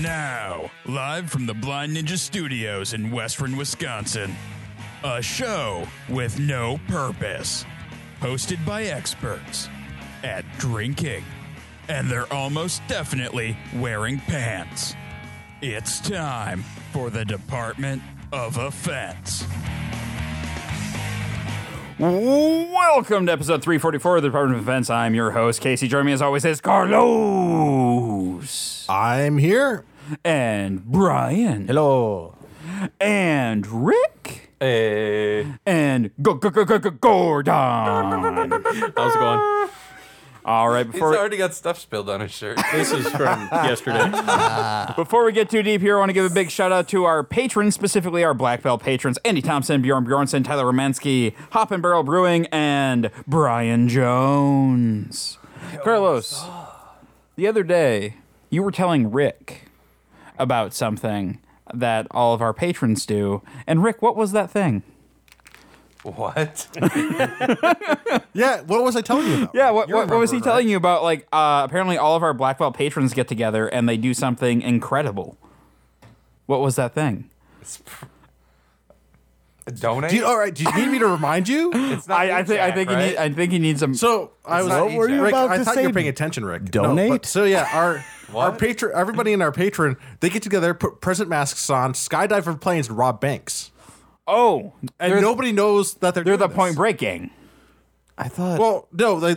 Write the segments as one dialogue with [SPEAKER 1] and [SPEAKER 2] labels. [SPEAKER 1] Now, live from the Blind Ninja Studios in Western Wisconsin, a show with no purpose, hosted by experts at drinking, and they're almost definitely wearing pants. It's time for the Department of Offense.
[SPEAKER 2] Welcome to episode 344 of the Department of Defense. I'm your host, Casey. Joining me as always is Carlos
[SPEAKER 3] I'm here.
[SPEAKER 2] and Brian.
[SPEAKER 3] Hello.
[SPEAKER 2] And Rick. And go, go, go, go, go, Gordon.
[SPEAKER 4] How's it going?
[SPEAKER 2] All right,
[SPEAKER 4] He's
[SPEAKER 2] before,
[SPEAKER 4] already got stuff spilled on his shirt.
[SPEAKER 5] This is from yesterday.
[SPEAKER 2] before we get too deep here, I want to give a big shout out to our patrons, specifically our Black Belt patrons Andy Thompson, Bjorn Bjornson, Tyler Romansky, Hop and Barrel Brewing, and Brian Jones. Carlos, the other day, you were telling Rick about something that all of our patrons do. And Rick, what was that thing?
[SPEAKER 4] what?
[SPEAKER 3] Yeah, what was I telling you about?
[SPEAKER 2] Yeah, what,
[SPEAKER 3] You
[SPEAKER 2] what, what was he
[SPEAKER 3] remember,
[SPEAKER 2] telling you about? Like, uh, apparently, all of our Black Belt patrons get together and they do something incredible. What was that thing?
[SPEAKER 4] Donate?
[SPEAKER 3] right? Do you, all right, do you need me to remind you?
[SPEAKER 4] It's not
[SPEAKER 2] I, I think I
[SPEAKER 4] Jack,
[SPEAKER 2] think
[SPEAKER 4] right?
[SPEAKER 2] he need, I think he needs some.
[SPEAKER 3] So I was.
[SPEAKER 4] not What were you
[SPEAKER 3] Rick,
[SPEAKER 6] about
[SPEAKER 3] I
[SPEAKER 6] to
[SPEAKER 3] thought you were
[SPEAKER 6] say?
[SPEAKER 3] paying attention, Rick. No,
[SPEAKER 6] Donate?
[SPEAKER 3] but- so yeah, our our patron, everybody in our patron, they get together, put present masks on, skydive from planes, and rob banks,
[SPEAKER 2] oh,
[SPEAKER 3] and
[SPEAKER 2] they're,
[SPEAKER 3] nobody knows that they're
[SPEAKER 2] they're the
[SPEAKER 3] doing
[SPEAKER 2] Point
[SPEAKER 3] this.
[SPEAKER 2] Break gang.
[SPEAKER 6] I thought.
[SPEAKER 3] Well, no, they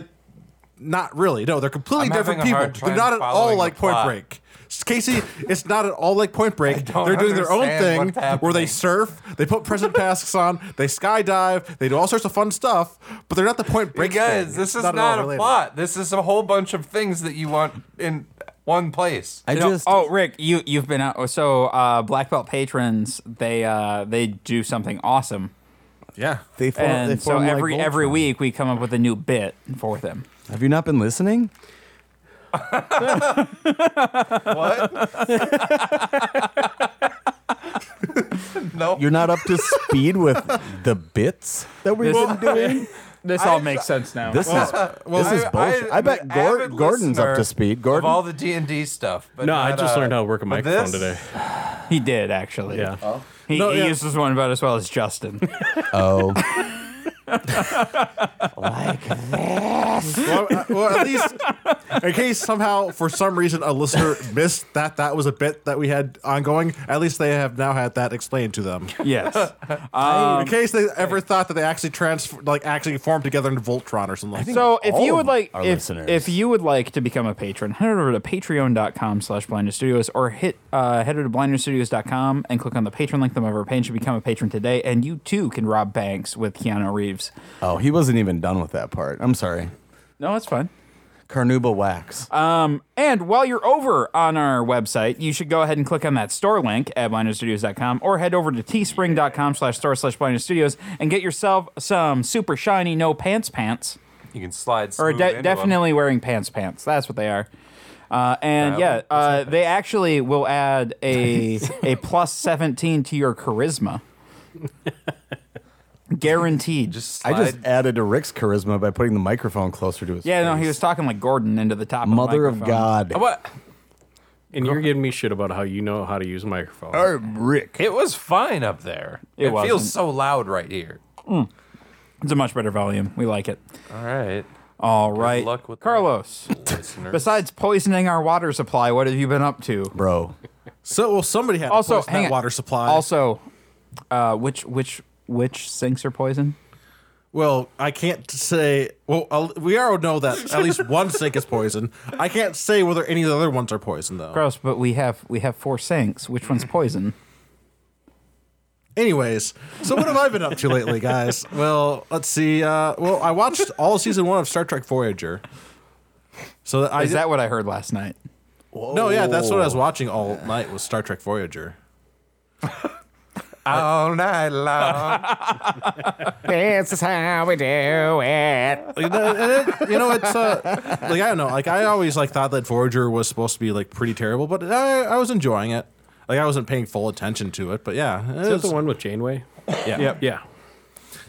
[SPEAKER 3] not really. No, they're completely
[SPEAKER 4] I'm
[SPEAKER 3] different
[SPEAKER 4] having
[SPEAKER 3] people.
[SPEAKER 4] a hard
[SPEAKER 3] They're
[SPEAKER 4] time
[SPEAKER 3] not at all
[SPEAKER 4] following
[SPEAKER 3] like
[SPEAKER 4] the
[SPEAKER 3] Point
[SPEAKER 4] plot.
[SPEAKER 3] Break. Casey, it's not at all like Point Break.
[SPEAKER 4] don't
[SPEAKER 3] They're doing their own
[SPEAKER 4] understand
[SPEAKER 3] thing
[SPEAKER 4] what's happening.
[SPEAKER 3] where they surf, they put present masks on, they skydive, they do all sorts of fun stuff, but they're not the Point
[SPEAKER 4] You
[SPEAKER 3] Break.
[SPEAKER 4] guys,
[SPEAKER 3] thing.
[SPEAKER 4] this
[SPEAKER 3] It's
[SPEAKER 4] is
[SPEAKER 3] at all
[SPEAKER 4] not, a
[SPEAKER 3] related.
[SPEAKER 4] plot. This is a whole bunch of things that you want in one place.
[SPEAKER 6] I
[SPEAKER 2] You know-
[SPEAKER 6] just.
[SPEAKER 2] oh, Rick, you you've been out. So uh, Black Belt patrons, they uh, they do something awesome,
[SPEAKER 3] Yeah.
[SPEAKER 6] They form, they
[SPEAKER 2] and so
[SPEAKER 6] form like
[SPEAKER 2] every
[SPEAKER 6] Voltron.
[SPEAKER 2] every week we come up with a new bit for them.
[SPEAKER 6] Have you not been listening?
[SPEAKER 4] what? no.
[SPEAKER 6] You're not up to speed with the bits that we've
[SPEAKER 2] This-
[SPEAKER 6] been doing.
[SPEAKER 5] This all makes sense now.
[SPEAKER 6] This is this is
[SPEAKER 4] I'm
[SPEAKER 6] bullshit.
[SPEAKER 4] an
[SPEAKER 6] I, bet Gor-
[SPEAKER 4] avid
[SPEAKER 6] Gordon's up
[SPEAKER 4] listener
[SPEAKER 6] to speed.
[SPEAKER 4] Of all
[SPEAKER 6] Gordon,
[SPEAKER 4] the D and D stuff. But
[SPEAKER 5] no, I
[SPEAKER 4] not,
[SPEAKER 5] just
[SPEAKER 4] uh,
[SPEAKER 5] learned how to work a
[SPEAKER 4] but
[SPEAKER 5] microphone
[SPEAKER 4] this?
[SPEAKER 5] today.
[SPEAKER 2] He did actually.
[SPEAKER 5] Yeah.
[SPEAKER 2] He,
[SPEAKER 3] No,
[SPEAKER 2] he
[SPEAKER 3] yeah.
[SPEAKER 2] used this one about as well as Justin.
[SPEAKER 6] oh, like
[SPEAKER 3] well, uh, well, at least in case somehow for some reason a listener missed that that was a bit that we had ongoing, at least they have now had that explained to them.
[SPEAKER 2] yes.
[SPEAKER 6] Um,
[SPEAKER 3] in case they ever thought that they actually transfer, like actually formed together into Voltron or something like that.
[SPEAKER 2] So if
[SPEAKER 6] all
[SPEAKER 2] you
[SPEAKER 6] of
[SPEAKER 2] would like
[SPEAKER 6] our
[SPEAKER 2] if,
[SPEAKER 6] listeners.
[SPEAKER 2] if you would like to become a patron, head over to patreon.com slash blinded studios or hit uh, head over to blindnewstudios.com and click on the patron link on the our page to become a patron today and you too can rob banks with Keanu Reeves.
[SPEAKER 6] oh, he wasn't even done with that part. I'm sorry,
[SPEAKER 2] No, that's fine.
[SPEAKER 6] Carnuba Wax.
[SPEAKER 2] And while you're over on our website, you should go ahead and click on that store link at blindnewstudios.com or head over to teespring.com slash store slash blinded studios and get yourself some super shiny no pants pants.
[SPEAKER 4] You can slide.
[SPEAKER 2] or
[SPEAKER 4] smooth
[SPEAKER 2] de-
[SPEAKER 4] into 'em.
[SPEAKER 2] definitely wearing pants pants that's what they are uh, and yeah uh, they actually will add a a plus 17 to your charisma guaranteed
[SPEAKER 4] Just
[SPEAKER 6] I
[SPEAKER 4] slide.
[SPEAKER 6] just added to Rick's charisma by putting the microphone closer to his.
[SPEAKER 2] yeah no
[SPEAKER 6] face.
[SPEAKER 2] he was talking like gordon into the top
[SPEAKER 6] Mother
[SPEAKER 2] of,
[SPEAKER 6] of
[SPEAKER 2] the microphone.
[SPEAKER 6] God.
[SPEAKER 4] What?
[SPEAKER 5] And you're giving me shit about how you know how to use a microphone.
[SPEAKER 3] Oh,
[SPEAKER 6] Rick.
[SPEAKER 4] It was fine up there.
[SPEAKER 2] It
[SPEAKER 4] It,
[SPEAKER 2] wasn't.
[SPEAKER 4] feels so loud right here.
[SPEAKER 2] it's a much better volume we like it
[SPEAKER 4] All right.
[SPEAKER 2] all right
[SPEAKER 4] luck with that.
[SPEAKER 2] carlos
[SPEAKER 4] Listener.
[SPEAKER 2] besides poisoning our water supply what have you been up to
[SPEAKER 6] Bro,
[SPEAKER 3] So well, somebody had
[SPEAKER 2] also
[SPEAKER 3] also
[SPEAKER 2] hang
[SPEAKER 3] that
[SPEAKER 2] on.
[SPEAKER 3] water supply.
[SPEAKER 2] also uh, which which which sinks are poison
[SPEAKER 3] well, I can't say. Well, I'll, we already know that at least one sink is poison. I can't say whether any of the other ones are poison though.
[SPEAKER 2] gross but we have we have four sinks which one's poison
[SPEAKER 3] Anyways, so what have I been up to lately, guys? Well, let's see. Uh, well, I watched all season one of Star Trek Voyager. So that I
[SPEAKER 2] Is that what I heard last night?
[SPEAKER 3] no, yeah, that's what I
[SPEAKER 4] Oh.
[SPEAKER 3] was watching all night was Star Trek Voyager.
[SPEAKER 4] all night long.
[SPEAKER 2] This is how we do it.
[SPEAKER 3] Like, no, and it- you know, it's uh, like I don't know. Like I always like thought that Voyager was supposed to be like pretty terrible, but I, I was enjoying it. Like I wasn't paying full attention to it, but yeah, it
[SPEAKER 5] Is that
[SPEAKER 3] was-
[SPEAKER 5] the one with Janeway?
[SPEAKER 3] yeah.
[SPEAKER 5] Yeah.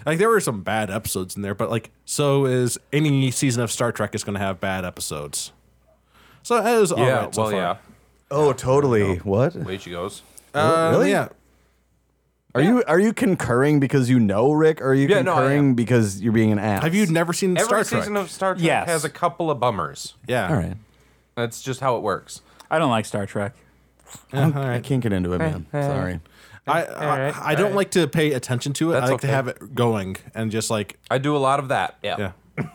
[SPEAKER 3] Like there were some bad episodes in there, but like so is any season of Star Trek is going to have bad episodes. So it was all
[SPEAKER 4] Yeah.
[SPEAKER 3] right so
[SPEAKER 4] well,
[SPEAKER 3] far.
[SPEAKER 4] yeah.
[SPEAKER 6] Oh, totally. What?
[SPEAKER 4] Way she goes.
[SPEAKER 6] Oh, really?
[SPEAKER 4] Yeah.
[SPEAKER 6] Are you are you concurring because you know Rick, or are you
[SPEAKER 4] Yeah, no, I am.
[SPEAKER 6] concurring because you're being an ass?
[SPEAKER 3] Have you never seen
[SPEAKER 4] Every
[SPEAKER 3] Star Trek?
[SPEAKER 4] season of Star Trek
[SPEAKER 2] Yes.
[SPEAKER 4] has a couple of bummers.
[SPEAKER 3] yeah.
[SPEAKER 6] All right.
[SPEAKER 4] That's just how it works.
[SPEAKER 2] I don't like Star Trek.
[SPEAKER 6] I can't get into it, man. Sorry.
[SPEAKER 3] I I,
[SPEAKER 4] right,
[SPEAKER 3] I don't like to pay attention to it. I
[SPEAKER 4] That's
[SPEAKER 3] like
[SPEAKER 4] okay.
[SPEAKER 3] to have it going and just like
[SPEAKER 4] I do a lot of that. Yeah.
[SPEAKER 3] yeah.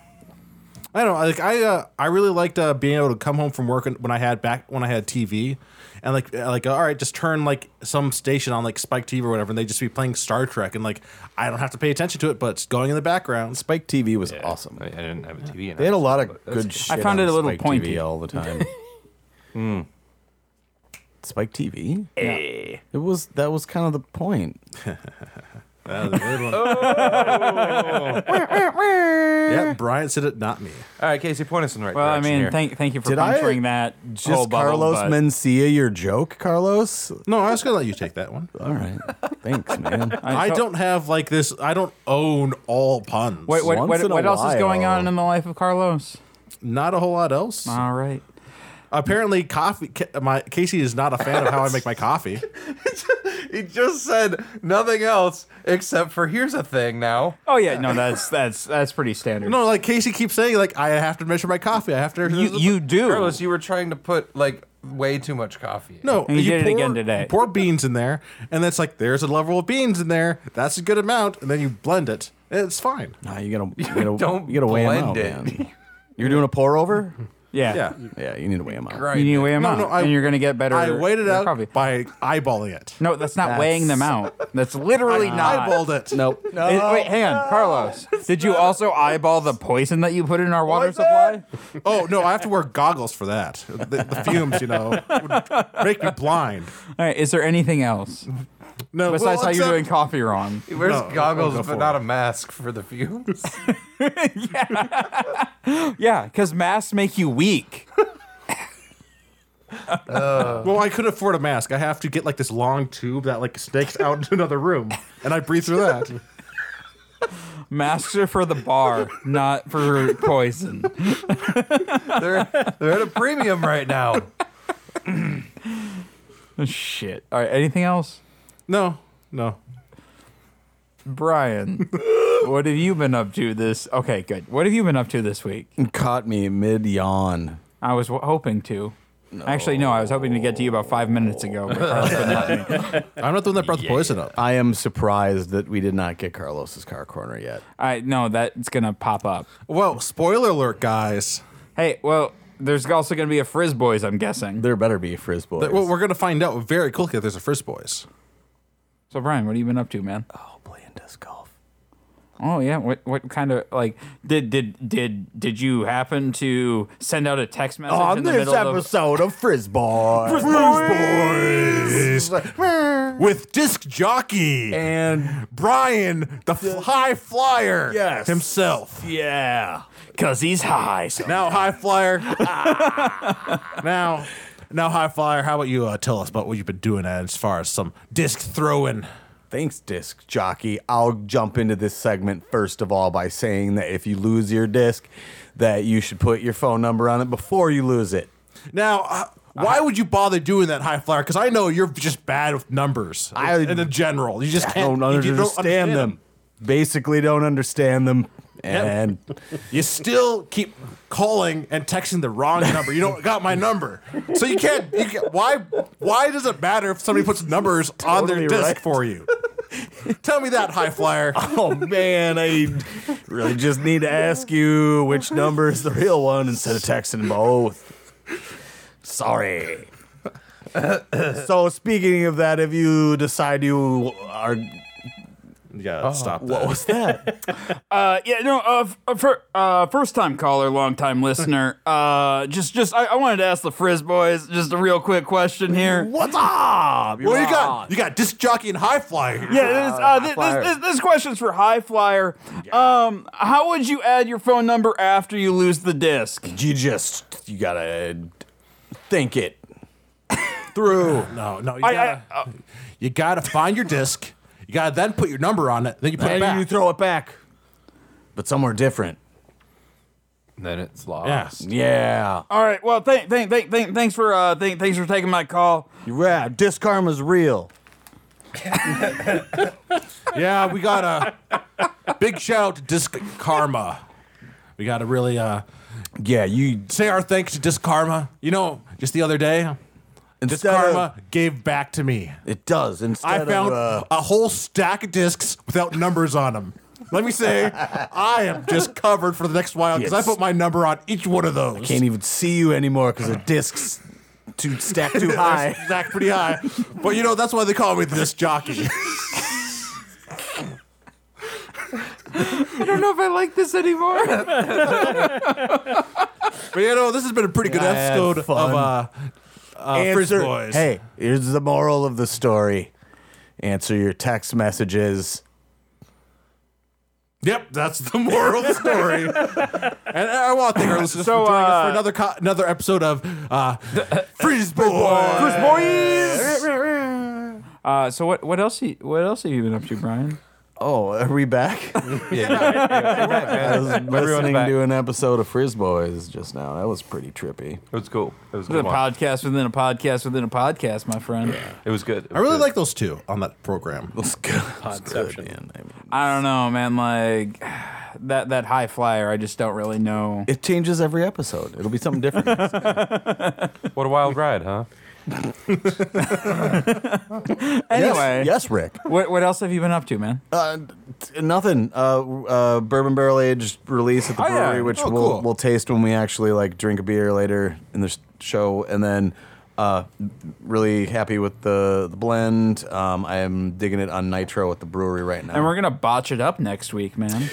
[SPEAKER 3] I don't know, like I uh, I really liked uh, being able to come home from work and- when I had back when I had TV and like uh, like all right just turn like some station on like Spike TV or whatever and they just be playing Star Trek and like I don't have to pay attention to it but it's going in the background.
[SPEAKER 6] Spike TV was awesome.
[SPEAKER 4] I I didn't have a TV. In
[SPEAKER 6] They had a lot of Oh, good shit.
[SPEAKER 2] found
[SPEAKER 6] on
[SPEAKER 2] it a little
[SPEAKER 6] Spike
[SPEAKER 2] pointy.
[SPEAKER 6] TV all the time. Hmm. Spike TV.
[SPEAKER 2] Eh.
[SPEAKER 6] It was that was kind of the point.
[SPEAKER 3] yeah, Brian said it, not me.
[SPEAKER 4] All right, Casey, point us in the right
[SPEAKER 2] Well, I
[SPEAKER 4] direction
[SPEAKER 2] mean,
[SPEAKER 4] here.
[SPEAKER 2] thank thank you for
[SPEAKER 6] Did I
[SPEAKER 2] puncturing that.
[SPEAKER 6] Just
[SPEAKER 2] whole bubble,
[SPEAKER 6] Carlos
[SPEAKER 2] but-
[SPEAKER 6] Mencia, your joke, Carlos.
[SPEAKER 3] No, I was gonna let you take that one.
[SPEAKER 6] All right. Thanks, man.
[SPEAKER 3] I
[SPEAKER 2] so-
[SPEAKER 3] don't have like this. I don't own all puns.
[SPEAKER 2] What what,
[SPEAKER 6] Once
[SPEAKER 2] what,
[SPEAKER 6] in a
[SPEAKER 2] what else is going
[SPEAKER 6] while.
[SPEAKER 2] on in the life of Carlos?
[SPEAKER 3] Not a whole lot else.
[SPEAKER 2] All right.
[SPEAKER 3] Apparently, coffee. Ca- My Casey is not a fan of how I make my coffee.
[SPEAKER 4] he just said nothing else except for here's a thing now.
[SPEAKER 2] Oh yeah, no, that's that's that's pretty standard.
[SPEAKER 3] No, like Casey keeps saying, like I have to measure my coffee. I have to.
[SPEAKER 2] you you do.
[SPEAKER 4] Carlos, you were trying to put like way too much coffee. In.
[SPEAKER 3] no,
[SPEAKER 2] And he
[SPEAKER 3] you
[SPEAKER 2] did it
[SPEAKER 3] pour-
[SPEAKER 2] again today.
[SPEAKER 3] you Pour beans in there, and it's like there's a level of beans in there. That's a good amount, and then you blend it. and It's fine.
[SPEAKER 6] Nah, you gotta you gotta,
[SPEAKER 4] Don't
[SPEAKER 6] you gotta weigh him out,
[SPEAKER 4] blend it.
[SPEAKER 6] man. You're doing a pour over.
[SPEAKER 2] yeah.
[SPEAKER 3] Yeah,
[SPEAKER 6] Yeah, you need to weigh him out.
[SPEAKER 4] Right.
[SPEAKER 2] You need to weigh them
[SPEAKER 3] No,
[SPEAKER 2] out,
[SPEAKER 3] no, I-
[SPEAKER 2] and you're gonna get better.
[SPEAKER 3] I weighed it out
[SPEAKER 2] Probably.
[SPEAKER 3] by eyeballing it.
[SPEAKER 2] No, that's not
[SPEAKER 6] That's-
[SPEAKER 2] weighing them out. That's literally not.
[SPEAKER 3] Eyeballed it.
[SPEAKER 6] Nope. No.
[SPEAKER 2] It- wait, hang on, Carlos. Did you also eyeball the poison that you put in our water supply?
[SPEAKER 3] Oh no, I have to wear goggles for that. The, the fumes, you know, would make me blind.
[SPEAKER 2] All right. Is there anything else
[SPEAKER 3] No,
[SPEAKER 2] besides
[SPEAKER 3] well,
[SPEAKER 2] how you're
[SPEAKER 3] except-
[SPEAKER 2] doing coffee wrong?
[SPEAKER 4] He wears
[SPEAKER 3] No, I'll
[SPEAKER 4] goggles
[SPEAKER 3] go for
[SPEAKER 4] but not
[SPEAKER 3] it.
[SPEAKER 4] a mask for the fumes.
[SPEAKER 2] Yeah, because masks make you weak.
[SPEAKER 3] Well, I could afford a mask. I have to get like this long tube that like snakes out into another room, and I breathe through that.
[SPEAKER 2] Masks are for the bar, not for poison.
[SPEAKER 4] they're they're at a premium right now.
[SPEAKER 2] Shit. All right. Anything else,
[SPEAKER 3] No, no.
[SPEAKER 2] Brian? what have you been up to this? Okay, good. What have you been up to this week?
[SPEAKER 6] Caught me mid yawn.
[SPEAKER 2] I was w- hoping to. Actually, no. I was hoping to get to you about five minutes ago. But Carlos wouldn't let me.
[SPEAKER 3] I'm not the one that brought the poison up.
[SPEAKER 6] I am surprised that we did not get Carlos's car corner yet.
[SPEAKER 2] I no. That's gonna pop up.
[SPEAKER 3] Well, spoiler alert, guys.
[SPEAKER 2] Hey, well, there's also going to be a Frizz Boys, I'm guessing.
[SPEAKER 6] There better be a frizz boys.
[SPEAKER 3] Well, we're gonna find out very quickly if there's a Frizz Boys.
[SPEAKER 2] So, Brian, what have you been up to, man?
[SPEAKER 6] oh, playing disc golf.
[SPEAKER 2] Oh yeah, what what kind of like did did did did you happen to send out a text message in
[SPEAKER 6] On
[SPEAKER 2] the
[SPEAKER 6] this
[SPEAKER 2] middle of
[SPEAKER 6] episode of Frizz Boy.
[SPEAKER 3] Frizz Boys with disc jockey
[SPEAKER 6] And
[SPEAKER 3] Brian, the f- high flyer,
[SPEAKER 6] Yes.
[SPEAKER 3] himself.
[SPEAKER 6] yeah.
[SPEAKER 2] because he's high? So.
[SPEAKER 3] Now high flyer. Ah. now, now high flyer. How about you uh, tell us about what you've been doing as far as some disc throwing?
[SPEAKER 6] Thanks, disc jockey. I'll jump into this segment first of all by saying that if you lose your disc, that you should put your phone number on it before you lose it.
[SPEAKER 3] Now,
[SPEAKER 6] Uh-huh.
[SPEAKER 3] uh, why would you bother doing that high flyer? Because I know you're just bad with numbers
[SPEAKER 6] I-
[SPEAKER 3] in the general. You just
[SPEAKER 6] I
[SPEAKER 3] can't
[SPEAKER 6] don't understand,
[SPEAKER 3] you understand
[SPEAKER 6] them. Basically, don't understand them. And
[SPEAKER 3] You still keep calling and texting the wrong number. You don't got my number, so you can't. You can't why? Why does it matter if somebody puts numbers on their
[SPEAKER 6] Totally
[SPEAKER 3] disc
[SPEAKER 6] right.
[SPEAKER 3] for you? Tell me that high flyer.
[SPEAKER 6] oh man, I really just need to ask you which number is the real one instead of texting both. Sorry. so speaking of that, if you decide you are,
[SPEAKER 3] Yeah, stop
[SPEAKER 6] what was that?
[SPEAKER 2] Uh, yeah, no. Uh, f- uh, fir- uh, first time caller, long time listener. Uh, just just I, I wanted to ask the Frizz Boys just a real quick question here.
[SPEAKER 6] What's up?
[SPEAKER 3] Well, you got you got disc jockey and high flyer.
[SPEAKER 2] Yeah, this, uh, thi-
[SPEAKER 6] flyer.
[SPEAKER 2] this, this, this question's for High Flyer. Um, how would you add your phone number after you lose the disc?
[SPEAKER 6] You just you gotta think it.
[SPEAKER 3] through. No, no, you
[SPEAKER 2] I- uh,
[SPEAKER 3] gotta, you gotta find your disc. You gotta then put your number on it. Then you put it
[SPEAKER 6] and
[SPEAKER 3] back.
[SPEAKER 6] you throw it back, but somewhere different.
[SPEAKER 4] Then it's
[SPEAKER 3] Yes.
[SPEAKER 4] lost.
[SPEAKER 6] Yeah.
[SPEAKER 2] All right. Well, thank, thank, thank, thank, thanks for, uh, thank, thanks for taking my call.
[SPEAKER 6] Yeah. Disc karma's real. Oh.
[SPEAKER 3] Yeah, we got a big shout out to Disc Karma. We got to really uh,
[SPEAKER 6] Yeah. You
[SPEAKER 3] say our thanks to Disc Karma. You know, just the other day, Disc
[SPEAKER 6] instead of-
[SPEAKER 3] Karma gave back to me.
[SPEAKER 6] it does. Instead
[SPEAKER 3] I found
[SPEAKER 6] of, uh,
[SPEAKER 3] a whole stack of discs without numbers on them. Let me say, I am just covered for the next while because
[SPEAKER 6] Yes.
[SPEAKER 3] I put my number on each one of those.
[SPEAKER 6] can't even see you anymore because the discs too stacked too
[SPEAKER 3] They're
[SPEAKER 6] high.
[SPEAKER 3] stacked pretty high. But you know, that's why they call me the disc jockey.
[SPEAKER 2] I don't know if I like this anymore.
[SPEAKER 3] But you know, this has been a pretty good
[SPEAKER 6] I had
[SPEAKER 3] episode of
[SPEAKER 6] fun.
[SPEAKER 3] uh, uh, Frizz
[SPEAKER 6] Answer-
[SPEAKER 3] Boys.
[SPEAKER 6] Hey, here's the moral of the story. Answer your text messages.
[SPEAKER 3] Yep, that's the moral story. and I want to thank our listeners
[SPEAKER 2] So,
[SPEAKER 3] for joining us
[SPEAKER 2] uh,
[SPEAKER 3] for another co- another episode of uh, Freeze Boys.
[SPEAKER 2] Uh, so what, what else, you, what else have you been up to, Brian?
[SPEAKER 6] Oh, are we back? I was listening
[SPEAKER 2] back.
[SPEAKER 6] to an episode of Frizz Boys just now. That was pretty trippy.
[SPEAKER 4] It was cool. It was a
[SPEAKER 2] This is a
[SPEAKER 4] good. one.
[SPEAKER 2] podcast within a podcast within a podcast, my friend.
[SPEAKER 4] It was good. It
[SPEAKER 3] I
[SPEAKER 4] was
[SPEAKER 3] really
[SPEAKER 4] good.
[SPEAKER 3] like those two on that program.
[SPEAKER 6] Let's go.
[SPEAKER 5] Podception.
[SPEAKER 6] man. I mean,
[SPEAKER 2] I don't know, man. Like that that high flyer, I just don't really know.
[SPEAKER 6] it changes every episode. It'll be something different.
[SPEAKER 4] What a wild ride, huh?
[SPEAKER 2] Anyway,
[SPEAKER 6] yes, yes, Rick.
[SPEAKER 2] what what else have you been up to, man?
[SPEAKER 6] Uh, t- nothing. Uh, uh, bourbon barrel aged release at the
[SPEAKER 2] Oh, yeah.
[SPEAKER 6] brewery, which
[SPEAKER 3] Oh,
[SPEAKER 6] we'll
[SPEAKER 3] cool.
[SPEAKER 6] we'll taste when we actually like drink a beer later in the sh- show, and then. Uh, really happy with the, the blend. Um, I am digging it on nitro at the brewery right now.
[SPEAKER 2] And we're gonna botch it up next week, man.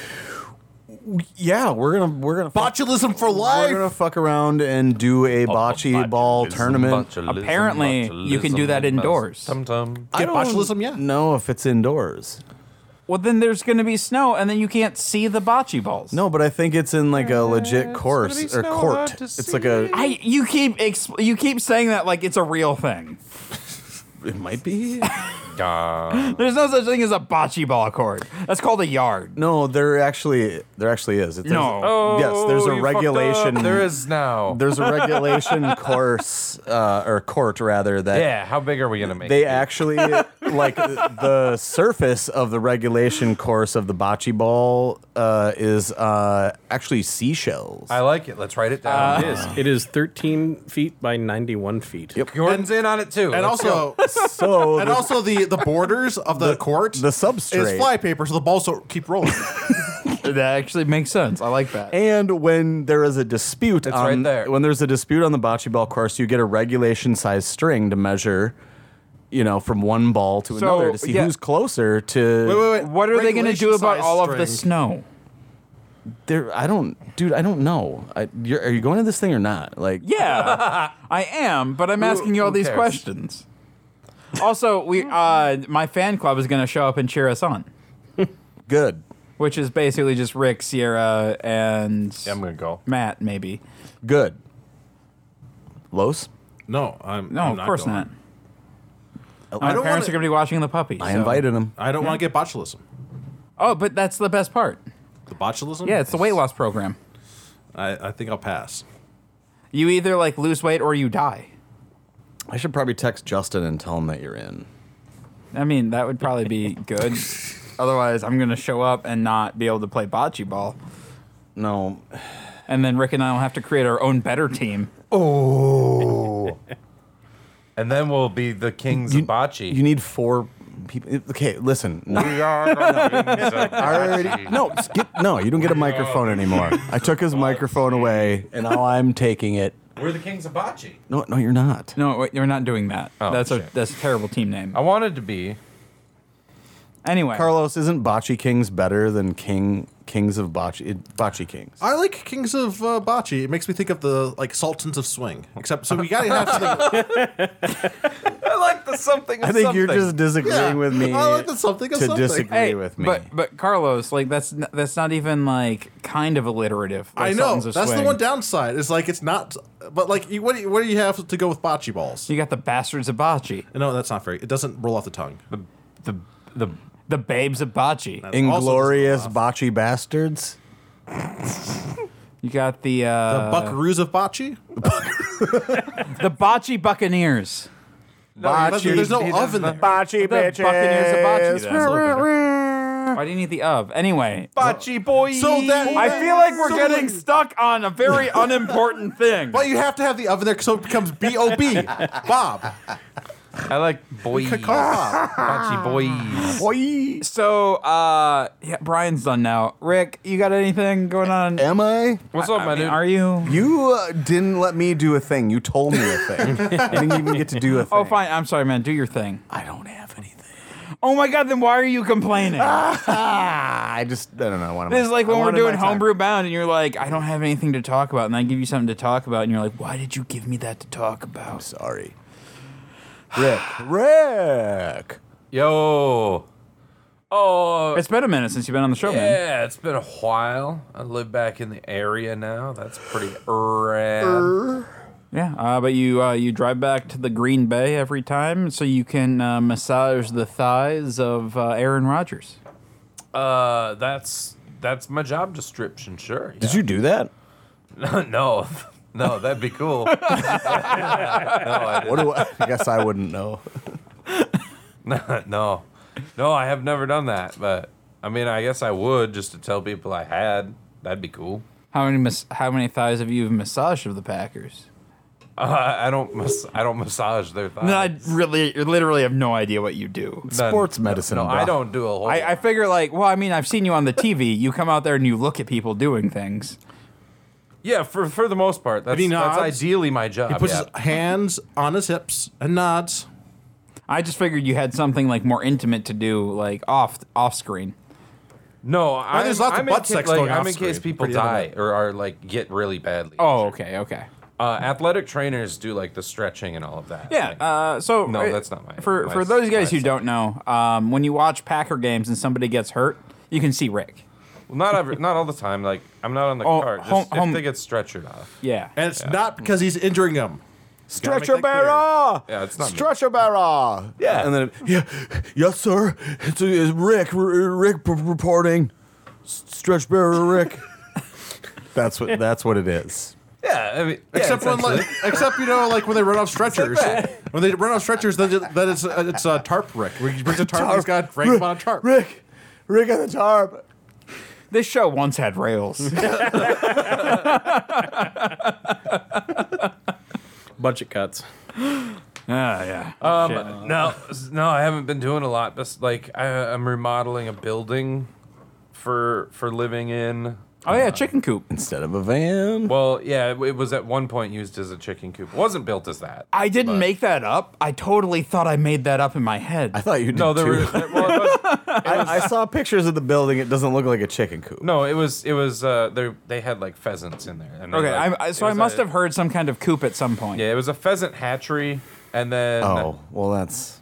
[SPEAKER 6] yeah, we're gonna we're gonna
[SPEAKER 3] Botulism for
[SPEAKER 6] We're
[SPEAKER 3] life.
[SPEAKER 6] gonna fuck around and do a bocce ball tournament.
[SPEAKER 2] Apparently, you can do that indoors.
[SPEAKER 4] Tum tum.
[SPEAKER 6] I
[SPEAKER 3] Get
[SPEAKER 6] don't
[SPEAKER 3] botulism, yeah.
[SPEAKER 6] No, if it's indoors.
[SPEAKER 2] Well, then there's gonna be snow, and then you can't see the bocce balls.
[SPEAKER 6] No, but I think it's in like a legit
[SPEAKER 4] gonna
[SPEAKER 6] course
[SPEAKER 4] be
[SPEAKER 6] or
[SPEAKER 4] snow
[SPEAKER 6] court.
[SPEAKER 4] hard to
[SPEAKER 6] It's like a.
[SPEAKER 2] I you keep exp- you keep saying that like it's a real thing.
[SPEAKER 6] It might be.
[SPEAKER 2] There's no such thing as a bocce ball court. That's called a yard.
[SPEAKER 6] No, there actually there actually is. It's
[SPEAKER 2] No.
[SPEAKER 6] yes, there's a
[SPEAKER 4] Oh, you fucked up.
[SPEAKER 6] regulation.
[SPEAKER 4] There is now.
[SPEAKER 6] There's a regulation course uh, or court rather that
[SPEAKER 4] yeah. How big are we gonna make?
[SPEAKER 6] They
[SPEAKER 4] it?
[SPEAKER 6] actually like the surface of the regulation course of the bocce ball uh, is uh, actually seashells.
[SPEAKER 4] I like it. Let's write it down.
[SPEAKER 5] It is. It is 13 feet by 91 feet. Yep.
[SPEAKER 4] Jordan's in on it too.
[SPEAKER 3] and
[SPEAKER 4] Let's go.
[SPEAKER 3] also,
[SPEAKER 6] so
[SPEAKER 3] and
[SPEAKER 6] the-
[SPEAKER 3] also the, the borders of the, court,
[SPEAKER 6] the substrate.
[SPEAKER 3] is flypaper, so the balls don't keep rolling.
[SPEAKER 2] That actually makes sense. I like that.
[SPEAKER 6] and when there is a dispute
[SPEAKER 4] It's
[SPEAKER 6] on
[SPEAKER 4] right there.
[SPEAKER 6] when there's a dispute on the bocce ball course, you get a regulation size string to measure, you know, from one ball to
[SPEAKER 2] So,
[SPEAKER 6] another to see
[SPEAKER 2] yeah.
[SPEAKER 6] who's closer to
[SPEAKER 2] What are they gonna do about
[SPEAKER 3] Regulation-sized
[SPEAKER 2] all of the
[SPEAKER 3] string.
[SPEAKER 2] snow?
[SPEAKER 6] there I don't dude, I don't know. I, you're, are you going to this thing or not? Like
[SPEAKER 2] Yeah, I am, but I'm asking you all
[SPEAKER 4] who
[SPEAKER 2] these
[SPEAKER 4] cares?
[SPEAKER 2] questions. Also, we uh, my fan club is going to show up and cheer us on,
[SPEAKER 6] good.
[SPEAKER 2] which is basically just Rick, Sierra, and
[SPEAKER 4] Yeah, I'm gonna go.
[SPEAKER 2] Matt, maybe.
[SPEAKER 6] Good. Los?
[SPEAKER 3] no, I'm
[SPEAKER 2] No,
[SPEAKER 3] I'm
[SPEAKER 2] of
[SPEAKER 3] not
[SPEAKER 2] course
[SPEAKER 3] going.
[SPEAKER 2] not.
[SPEAKER 6] I
[SPEAKER 2] My
[SPEAKER 3] don't
[SPEAKER 2] parents
[SPEAKER 3] wanna-
[SPEAKER 2] are going to be watching the puppy.
[SPEAKER 6] I
[SPEAKER 2] so-
[SPEAKER 6] invited him.
[SPEAKER 3] I don't want to get botulism.
[SPEAKER 2] Oh, but that's the best part.
[SPEAKER 3] The botulism.
[SPEAKER 2] Yeah, it's the weight loss program.
[SPEAKER 3] I, I think I'll pass.
[SPEAKER 2] You either like lose weight or you die.
[SPEAKER 6] I should probably text Justin and tell him that you're in.
[SPEAKER 2] I mean, that would probably be good. Otherwise, I'm going to show up and not be able to play bocce ball,
[SPEAKER 6] No.
[SPEAKER 2] and then Rick and I will have to create our own better team.
[SPEAKER 4] And then we'll be the kings of bocce.
[SPEAKER 6] You need four people. Okay, listen. No.
[SPEAKER 4] we are the kings of
[SPEAKER 6] I already,
[SPEAKER 4] bocce.
[SPEAKER 6] no, s- get, no, you don't get a microphone anymore. I took his microphone away, and now I'm taking it.
[SPEAKER 4] We're the kings of bocce.
[SPEAKER 6] No, no, you're not.
[SPEAKER 2] No, wait, you're not doing that. that's a
[SPEAKER 4] shit. Oh,
[SPEAKER 2] that's a terrible team name.
[SPEAKER 4] I wanted to be.
[SPEAKER 2] Anyway,
[SPEAKER 6] Carlos, isn't Bocce Kings better than King Kings of Bocce? it- Bocce Kings.
[SPEAKER 3] I like Kings of uh, Bocce. It makes me think of the like Sultans of Swing. Except, so we gotta have something.
[SPEAKER 4] I like the something. Of
[SPEAKER 6] I think you're
[SPEAKER 4] something.
[SPEAKER 6] just disagreeing
[SPEAKER 3] Yeah,
[SPEAKER 6] with me.
[SPEAKER 3] I like the something of
[SPEAKER 6] to
[SPEAKER 3] something.
[SPEAKER 6] disagree
[SPEAKER 2] hey,
[SPEAKER 6] with me.
[SPEAKER 2] but but Carlos, like that's n- that's not even like kind of alliterative. like
[SPEAKER 3] I know
[SPEAKER 2] Sultans of
[SPEAKER 3] that's the
[SPEAKER 2] Swing.
[SPEAKER 3] one downside. It's like it's not, but like you, what, do you- what do you have to go with bocce balls?
[SPEAKER 2] you got the bastards of bocce,
[SPEAKER 3] No, that's not fair. It doesn't roll off the tongue.
[SPEAKER 4] the the
[SPEAKER 2] the babes of bocce.
[SPEAKER 3] also doesn't
[SPEAKER 6] Inglorious
[SPEAKER 3] roll off.
[SPEAKER 6] Bocce Bastards.
[SPEAKER 2] You got the
[SPEAKER 3] The
[SPEAKER 2] uh,
[SPEAKER 3] Buckaroos of Bocce.
[SPEAKER 2] the Bocce Buccaneers.
[SPEAKER 3] Bocce. There's no
[SPEAKER 4] doesn't-
[SPEAKER 3] oven there.
[SPEAKER 6] Bocce
[SPEAKER 2] The Buccaneers of Bocce.
[SPEAKER 6] bitches.
[SPEAKER 2] That's a little better. Why do you need the of? Anyway,
[SPEAKER 4] Bocce boy.
[SPEAKER 3] So that-
[SPEAKER 2] I feel like we're
[SPEAKER 3] So
[SPEAKER 2] getting
[SPEAKER 3] like-
[SPEAKER 2] stuck on a very unimportant thing.
[SPEAKER 3] But you have to have the oven there so it becomes B O B. Bob.
[SPEAKER 2] I like
[SPEAKER 4] boys.
[SPEAKER 3] Bob.
[SPEAKER 4] Bocce boys.
[SPEAKER 6] Boy.
[SPEAKER 2] so. Uh, yeah, Brian's done now. Rick, you got anything going on?
[SPEAKER 6] Am I?
[SPEAKER 2] What's up, my dude? Are you?
[SPEAKER 6] You uh, didn't let me do a thing. You told me a thing. I didn't even get to do a thing.
[SPEAKER 2] Oh, fine. I'm sorry, man. Do your thing.
[SPEAKER 6] I don't have anything.
[SPEAKER 2] Oh my God! Then why are you complaining?
[SPEAKER 6] Ah, I just I don't know. What am
[SPEAKER 2] This
[SPEAKER 6] I-
[SPEAKER 2] is like
[SPEAKER 6] I
[SPEAKER 2] when we're
[SPEAKER 6] wanted
[SPEAKER 2] doing
[SPEAKER 6] my time.
[SPEAKER 2] homebrew bound, and you're like, I don't have anything to talk about, and I give you something to talk about, and you're like, Why did you give me that to talk about?
[SPEAKER 6] Sorry, Rick. Rick.
[SPEAKER 4] Yo. Oh.
[SPEAKER 2] It's been a minute since you've been on the show, man.
[SPEAKER 4] Yeah, it's been a while. I live back in the area now. That's pretty rad.
[SPEAKER 2] Yeah, uh, but you uh, you drive back to the Green Bay every time, so you can uh, massage the thighs of uh, Aaron Rodgers.
[SPEAKER 4] Uh, that's that's my job description. Sure.
[SPEAKER 6] Did you do that?
[SPEAKER 4] No, no, no, that'd be cool. no, I
[SPEAKER 6] What do I? I guess I wouldn't know.
[SPEAKER 4] didn't. no, no, I have never done that. But I mean, I guess I would just to tell people I had. That'd be cool.
[SPEAKER 2] How many mas- how many thighs have you massaged of the Packers?
[SPEAKER 4] Uh, I don't. Mas- I don't massage their thighs.
[SPEAKER 2] No, I really literally have no idea what you do.
[SPEAKER 4] None.
[SPEAKER 6] Sports medicine.
[SPEAKER 4] No,
[SPEAKER 6] bro.
[SPEAKER 4] I don't do a whole.
[SPEAKER 2] I, I figure like, well, I mean, I've seen you on the TV. You come out there and you look at people doing things.
[SPEAKER 4] yeah, for for the most part, that's,
[SPEAKER 3] he nods,
[SPEAKER 4] that's ideally my job.
[SPEAKER 3] He puts
[SPEAKER 4] yeah.
[SPEAKER 3] his hands on his hips and nods.
[SPEAKER 2] I just figured you had something like more intimate to do, like off off screen.
[SPEAKER 4] No, I'm,
[SPEAKER 3] there's lots of
[SPEAKER 4] I'm in
[SPEAKER 3] butt
[SPEAKER 4] ca-
[SPEAKER 3] sex
[SPEAKER 4] like,
[SPEAKER 3] going
[SPEAKER 4] I'm
[SPEAKER 3] off
[SPEAKER 4] in case
[SPEAKER 3] screen.
[SPEAKER 4] people
[SPEAKER 3] Pretty
[SPEAKER 4] die
[SPEAKER 3] evident.
[SPEAKER 4] or are like get really badly.
[SPEAKER 2] Oh, okay, okay.
[SPEAKER 4] uh, athletic trainers do like the stretching and all of that.
[SPEAKER 2] Yeah.
[SPEAKER 4] Like,
[SPEAKER 2] Uh, so
[SPEAKER 4] No,
[SPEAKER 2] uh,
[SPEAKER 4] that's not my-
[SPEAKER 2] For
[SPEAKER 4] my-
[SPEAKER 2] for those guys
[SPEAKER 4] my
[SPEAKER 2] who don't know, um, when you watch Packer games and somebody gets hurt, you can see Rick.
[SPEAKER 4] well, not every, not all the time. Like I'm not on the
[SPEAKER 2] Oh,
[SPEAKER 4] cart. Just
[SPEAKER 2] home-
[SPEAKER 4] if
[SPEAKER 2] home-
[SPEAKER 4] they get stretchered off.
[SPEAKER 2] Yeah.
[SPEAKER 3] And it's not because he's injuring them.
[SPEAKER 6] Stretcher
[SPEAKER 3] make that clear.
[SPEAKER 6] bearer.
[SPEAKER 4] Yeah, it's not me.
[SPEAKER 6] Stretcher bearer.
[SPEAKER 4] Yeah.
[SPEAKER 6] And then it- yeah, yes sir. It's, it's Rick. R- R- Rick p- reporting. S- Stretch bearer Rick. that's what. That's what it is.
[SPEAKER 4] Yeah, I mean, yeah,
[SPEAKER 3] Except when,
[SPEAKER 4] essentially.
[SPEAKER 3] like, except you know, like when they run off stretchers. when they run off stretchers, then, then it's uh, it's a tarp Rick. He brings a tarp. He's got Frank him on a tarp.
[SPEAKER 6] Rick. Rick on the tarp.
[SPEAKER 2] This show once had rails.
[SPEAKER 5] Budget cuts.
[SPEAKER 2] Ah, yeah.
[SPEAKER 4] um, no, s- no, I haven't been doing a lot. Just like I, I'm remodeling a building for for living in.
[SPEAKER 2] Oh yeah, chicken coop.
[SPEAKER 6] Instead of a van.
[SPEAKER 4] Well, yeah, it, it was at one point used as a chicken coop. It wasn't built as that.
[SPEAKER 2] I didn't make that up. I totally thought I made that up in my head.
[SPEAKER 6] I thought you did
[SPEAKER 4] no, there
[SPEAKER 6] too.
[SPEAKER 4] were. there- well, it was-
[SPEAKER 6] I, I saw pictures of the building. It doesn't look like a chicken coop.
[SPEAKER 4] No, it was it was uh they they had like pheasants in there. And they,
[SPEAKER 2] okay,
[SPEAKER 4] like-
[SPEAKER 2] I, I, so
[SPEAKER 4] it
[SPEAKER 2] I
[SPEAKER 4] was
[SPEAKER 2] must
[SPEAKER 4] a-
[SPEAKER 2] have heard some kind of coop at some point.
[SPEAKER 4] Yeah, it was a pheasant hatchery, and then
[SPEAKER 6] Oh well, that's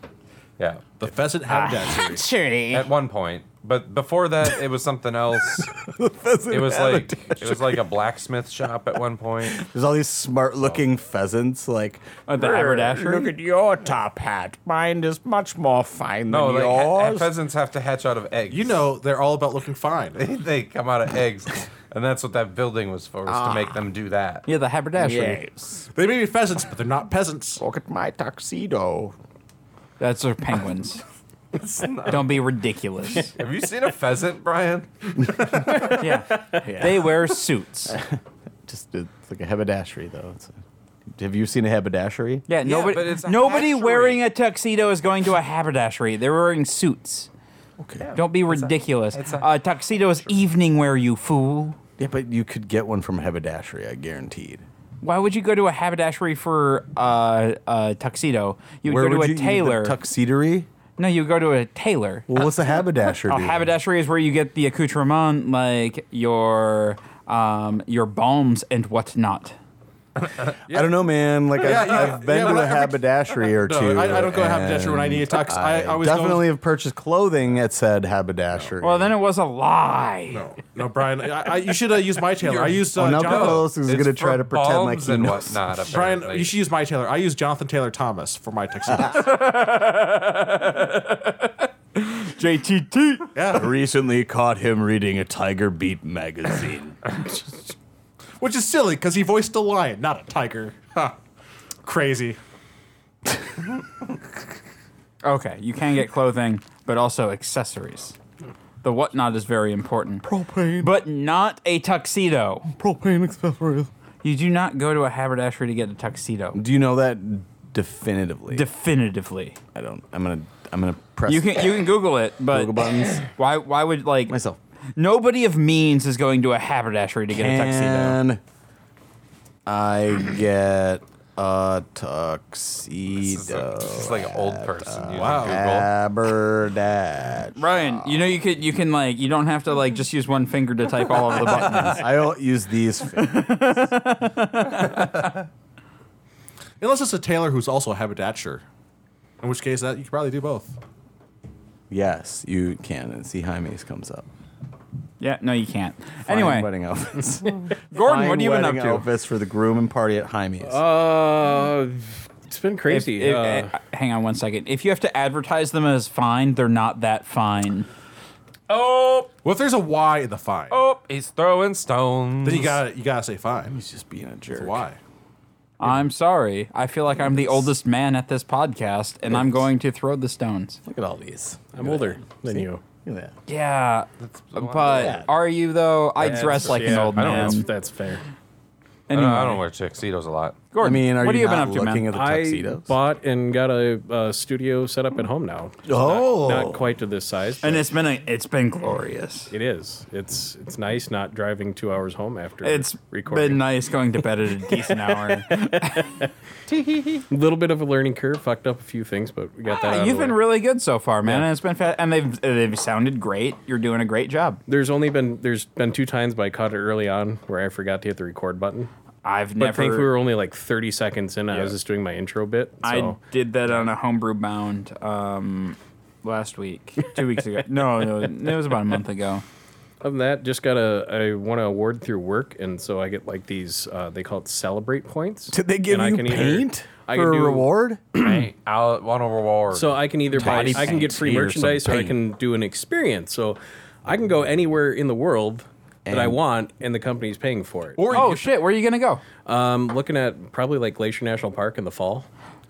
[SPEAKER 4] yeah,
[SPEAKER 3] The pheasant
[SPEAKER 2] Ah.
[SPEAKER 3] habitat.
[SPEAKER 4] at one point. But before that, it was something else. it was like it was like a blacksmith shop at one point.
[SPEAKER 6] there's all these
[SPEAKER 3] Oh.
[SPEAKER 6] smart-looking pheasants like
[SPEAKER 2] At the
[SPEAKER 6] "Rrr,
[SPEAKER 2] haberdashery?"
[SPEAKER 6] Look at your top hat. Mine is much more fine
[SPEAKER 4] No,
[SPEAKER 6] than
[SPEAKER 4] Oh, like ha- ha-
[SPEAKER 6] yours.
[SPEAKER 4] pheasants have to hatch out of eggs.
[SPEAKER 3] You know they're all about looking fine.
[SPEAKER 4] they come out of eggs, and that's what that building was for, was to
[SPEAKER 2] Ah.
[SPEAKER 4] make them do that.
[SPEAKER 2] Yeah, the haberdashery.
[SPEAKER 6] Yes.
[SPEAKER 3] They may be pheasants, but they're not peasants.
[SPEAKER 6] Look at my tuxedo.
[SPEAKER 2] That's our penguins. Don't be ridiculous.
[SPEAKER 4] Have you seen a pheasant, Brian?
[SPEAKER 2] yeah. They wear suits.
[SPEAKER 6] Just it's like a haberdashery, though. It's a- have you seen a haberdashery?
[SPEAKER 2] Yeah, nobody
[SPEAKER 4] but it's a
[SPEAKER 2] nobody
[SPEAKER 4] hatchery.
[SPEAKER 2] wearing a tuxedo is going to a haberdashery. They're wearing suits.
[SPEAKER 6] Okay.
[SPEAKER 2] Don't be ridiculous.
[SPEAKER 4] it's a-
[SPEAKER 2] uh, tuxedo is evening wear, you fool.
[SPEAKER 6] Yeah, but you could get one from a haberdashery. I guaranteed.
[SPEAKER 2] Why would you go to a haberdashery for uh, a tuxedo? You would
[SPEAKER 6] Where
[SPEAKER 2] go to
[SPEAKER 6] would
[SPEAKER 2] a
[SPEAKER 6] you
[SPEAKER 2] tailor.
[SPEAKER 6] You, the tuxedery?
[SPEAKER 2] no, you would go to a tailor.
[SPEAKER 6] Well, what's a haberdasher?
[SPEAKER 2] A
[SPEAKER 6] do?
[SPEAKER 2] haberdashery is where you get the accoutrement, like your um, your balms and whatnot.
[SPEAKER 6] I don't know, man. Like I've,
[SPEAKER 3] Yeah, you-
[SPEAKER 6] I've been
[SPEAKER 3] yeah,
[SPEAKER 6] to
[SPEAKER 3] but
[SPEAKER 6] a
[SPEAKER 3] every-
[SPEAKER 6] haberdashery or
[SPEAKER 3] No,
[SPEAKER 6] two.
[SPEAKER 3] I, I don't go to haberdashery when I
[SPEAKER 6] and
[SPEAKER 3] need a tux. I, always
[SPEAKER 6] definitely have purchased clothing at said haberdashery.
[SPEAKER 2] Well, then it was a lie.
[SPEAKER 3] Go, no, no, Brian. I, I, you should uh, use my tailor. I used uh,
[SPEAKER 6] Oh, now
[SPEAKER 3] Jonathan-
[SPEAKER 6] Carlos is
[SPEAKER 4] It's
[SPEAKER 6] going to
[SPEAKER 4] for
[SPEAKER 6] try to pretend like
[SPEAKER 4] bombs
[SPEAKER 6] he
[SPEAKER 4] and
[SPEAKER 6] knows.
[SPEAKER 4] whatnot.
[SPEAKER 3] Brian,
[SPEAKER 4] apparently.
[SPEAKER 3] you should use my tailor. I use Jonathan Taylor Thomas for my tuxedo.
[SPEAKER 2] JTT.
[SPEAKER 3] yeah.
[SPEAKER 6] Recently caught him reading a Tiger Beat magazine.
[SPEAKER 3] which is silly because he voiced a lion, not a tiger. Huh. Crazy.
[SPEAKER 2] Okay, you can get clothing, but also accessories. The whatnot is very important.
[SPEAKER 6] Propane.
[SPEAKER 2] But not a tuxedo.
[SPEAKER 6] propane accessories.
[SPEAKER 2] You do not go to a haberdashery to get a tuxedo.
[SPEAKER 6] Do you know that definitively?
[SPEAKER 2] Definitively.
[SPEAKER 6] I don't. I'm gonna. I'm gonna press.
[SPEAKER 2] You can you can Google it, but
[SPEAKER 6] Google buttons.
[SPEAKER 2] why why would like
[SPEAKER 6] Myself.
[SPEAKER 2] Nobody of means is going to a haberdashery to get a tuxedo.
[SPEAKER 6] Can I get a
[SPEAKER 4] This is, a,
[SPEAKER 6] tuxedo?
[SPEAKER 4] this is like an old person. using Google.
[SPEAKER 6] Aberdash.
[SPEAKER 2] Ryan, you know you could you can like you don't have to like just use one finger to type all of the buttons.
[SPEAKER 6] I don't use these. fi-
[SPEAKER 3] Unless it's a tailor who's also a haberdasher, in which case that you could probably do both.
[SPEAKER 6] yes, you can. And see, Jaime's comes up.
[SPEAKER 2] Yeah, no you can't.
[SPEAKER 6] Fine
[SPEAKER 2] anyway,
[SPEAKER 6] wedding outfits.
[SPEAKER 2] Gordon, what
[SPEAKER 6] Fine
[SPEAKER 2] have you been up
[SPEAKER 6] wedding
[SPEAKER 2] to?
[SPEAKER 6] Outfits for the groom and party at Jaime's.
[SPEAKER 5] Uh, it's been
[SPEAKER 2] If-
[SPEAKER 5] crazy.
[SPEAKER 2] if-
[SPEAKER 5] uh,
[SPEAKER 2] eh, hang on one second. If you have to advertise them as fine, they're not that fine.
[SPEAKER 4] Oh,
[SPEAKER 3] Well, if there's a Y in the fine,
[SPEAKER 4] oh, he's throwing stones.
[SPEAKER 3] then you gotta you gotta say fine.
[SPEAKER 6] He's just being a jerk.
[SPEAKER 3] Why?
[SPEAKER 2] I'm sorry. I feel like I'm the oldest man at this podcast, and I'm going to throw the stones.
[SPEAKER 6] Look at all these.
[SPEAKER 5] I'm older than you.
[SPEAKER 6] Look at that.
[SPEAKER 2] Yeah,
[SPEAKER 6] Yeah.
[SPEAKER 2] but are you though? I dress like an
[SPEAKER 5] Yeah,
[SPEAKER 2] old
[SPEAKER 5] I don't-
[SPEAKER 2] man.
[SPEAKER 5] That's, that's fair.
[SPEAKER 4] I
[SPEAKER 2] Anyway,
[SPEAKER 4] don't, I don't wear tuxedos a lot.
[SPEAKER 6] I mean, are
[SPEAKER 2] what
[SPEAKER 6] you,
[SPEAKER 2] have you
[SPEAKER 6] not
[SPEAKER 2] been up to,
[SPEAKER 6] looking
[SPEAKER 2] man?
[SPEAKER 6] at the
[SPEAKER 5] I
[SPEAKER 6] tuxedos?
[SPEAKER 5] bought and got a uh, studio set up at home now.
[SPEAKER 6] oh,
[SPEAKER 5] Not quite to this size. but
[SPEAKER 2] And it's been a, it's been glorious.
[SPEAKER 5] It is. It's it's nice not driving two hours home after
[SPEAKER 2] It's
[SPEAKER 5] recording.
[SPEAKER 2] been nice going to bed at a decent hour.
[SPEAKER 5] A little bit of a learning curve. Fucked up a few things, but we got that. out
[SPEAKER 2] Ah,
[SPEAKER 5] of
[SPEAKER 2] you've
[SPEAKER 5] the
[SPEAKER 2] been
[SPEAKER 5] way.
[SPEAKER 2] really good so far, man.
[SPEAKER 5] Yeah.
[SPEAKER 2] And it's been fa- and they've they've sounded great. You're doing a great job.
[SPEAKER 5] There's only been there's been two times but I caught it early on where I forgot to hit the record button.
[SPEAKER 2] I've
[SPEAKER 5] But
[SPEAKER 2] never.
[SPEAKER 5] I think we were only like 30 seconds in. I was just doing my intro bit. So
[SPEAKER 2] I did that on a homebrew bound um, last week, two weeks ago. No, no, it was about a month ago.
[SPEAKER 5] other than that, just got a I won an award through work, and so I get like these uh, they call it celebrate points.
[SPEAKER 6] Did they give
[SPEAKER 5] And I
[SPEAKER 6] you
[SPEAKER 5] can either-
[SPEAKER 6] paint
[SPEAKER 5] I
[SPEAKER 6] for
[SPEAKER 5] can
[SPEAKER 6] a
[SPEAKER 5] do-
[SPEAKER 6] reward?
[SPEAKER 4] Hey, I want a reward.
[SPEAKER 5] So I can either buy,
[SPEAKER 2] Body
[SPEAKER 5] I can get
[SPEAKER 2] paint.
[SPEAKER 5] free
[SPEAKER 6] Here's
[SPEAKER 5] merchandise,
[SPEAKER 6] some
[SPEAKER 5] or I
[SPEAKER 6] paint.
[SPEAKER 5] can do an experience. So I can go anywhere in the world that I
[SPEAKER 6] And-
[SPEAKER 5] want, and the company's paying for it.
[SPEAKER 2] oh shit, where are you gonna go?
[SPEAKER 5] I'm looking at probably like Glacier National Park in the fall.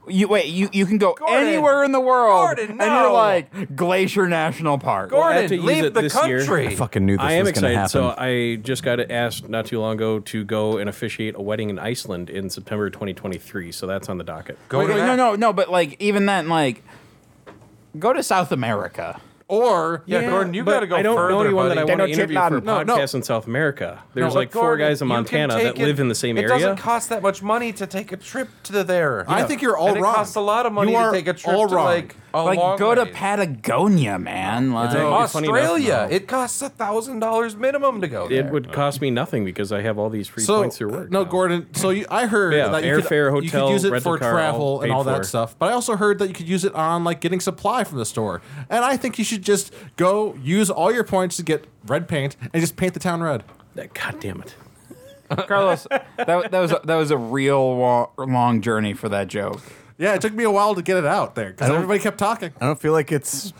[SPEAKER 2] You wait, you you can go
[SPEAKER 4] Gordon!
[SPEAKER 2] anywhere in the world,
[SPEAKER 4] Gordon,
[SPEAKER 2] and you're
[SPEAKER 4] no!
[SPEAKER 2] like Glacier National Park.
[SPEAKER 5] I had
[SPEAKER 4] Gordon,
[SPEAKER 5] to use
[SPEAKER 4] leave
[SPEAKER 5] it
[SPEAKER 4] the
[SPEAKER 5] this year.
[SPEAKER 4] country.
[SPEAKER 6] I fucking knew this
[SPEAKER 5] I am
[SPEAKER 6] was going to
[SPEAKER 5] excited.
[SPEAKER 6] happen.
[SPEAKER 5] So I just got asked not too long ago to go and officiate a wedding in Iceland in September 2023. So that's on the docket.
[SPEAKER 4] Go
[SPEAKER 2] Wait,
[SPEAKER 4] to
[SPEAKER 2] wait,
[SPEAKER 4] that.
[SPEAKER 2] no, no, no, but like even then, like go to South America.
[SPEAKER 3] Or
[SPEAKER 4] Yeah, Gordon, you
[SPEAKER 5] but
[SPEAKER 4] gotta go
[SPEAKER 5] I don't know
[SPEAKER 4] further,
[SPEAKER 5] anyone that I
[SPEAKER 4] buddy.
[SPEAKER 5] want to
[SPEAKER 6] They don't
[SPEAKER 5] interview
[SPEAKER 6] chip
[SPEAKER 5] for a
[SPEAKER 6] none.
[SPEAKER 5] podcast
[SPEAKER 3] No, no.
[SPEAKER 5] in South America. There's
[SPEAKER 4] No,
[SPEAKER 5] like four
[SPEAKER 4] Gordon,
[SPEAKER 5] guys in
[SPEAKER 4] you can
[SPEAKER 5] Montana that
[SPEAKER 4] take it-
[SPEAKER 5] live in the same
[SPEAKER 4] It
[SPEAKER 5] area.
[SPEAKER 4] doesn't cost that much money to take a trip to the there.
[SPEAKER 3] I think you're all
[SPEAKER 4] and
[SPEAKER 3] wrong.
[SPEAKER 4] It costs a lot of money
[SPEAKER 3] You
[SPEAKER 4] to
[SPEAKER 3] are
[SPEAKER 4] take a trip
[SPEAKER 3] all
[SPEAKER 4] to
[SPEAKER 3] wrong.
[SPEAKER 4] like a
[SPEAKER 2] like
[SPEAKER 4] long
[SPEAKER 2] go to
[SPEAKER 4] ways.
[SPEAKER 2] Patagonia, man. Like,
[SPEAKER 5] It's funny enough,
[SPEAKER 4] Australia.
[SPEAKER 5] no.
[SPEAKER 4] It costs a thousand dollars minimum to go there.
[SPEAKER 5] it would cost me nothing because I have all these free
[SPEAKER 3] so
[SPEAKER 5] points through work.
[SPEAKER 3] no,
[SPEAKER 5] now.
[SPEAKER 3] Gordon. So you, I heard
[SPEAKER 5] Yeah,
[SPEAKER 3] that you
[SPEAKER 5] airfare,
[SPEAKER 3] could, you could
[SPEAKER 5] hotel,
[SPEAKER 3] use it
[SPEAKER 5] rental
[SPEAKER 3] for
[SPEAKER 5] car, all
[SPEAKER 3] travel and
[SPEAKER 5] paid
[SPEAKER 3] all that
[SPEAKER 5] for.
[SPEAKER 3] stuff. But I also heard that you could use it on like getting supply from the store. And I think you should just go use all your points to get red paint and just paint the town red.
[SPEAKER 5] God damn it.
[SPEAKER 2] Carlos, that, that was a, that was a real wa- long journey for that joke.
[SPEAKER 3] Yeah, it took me a while to get it out there because
[SPEAKER 6] don't-
[SPEAKER 3] everybody kept talking.
[SPEAKER 6] I don't feel like it's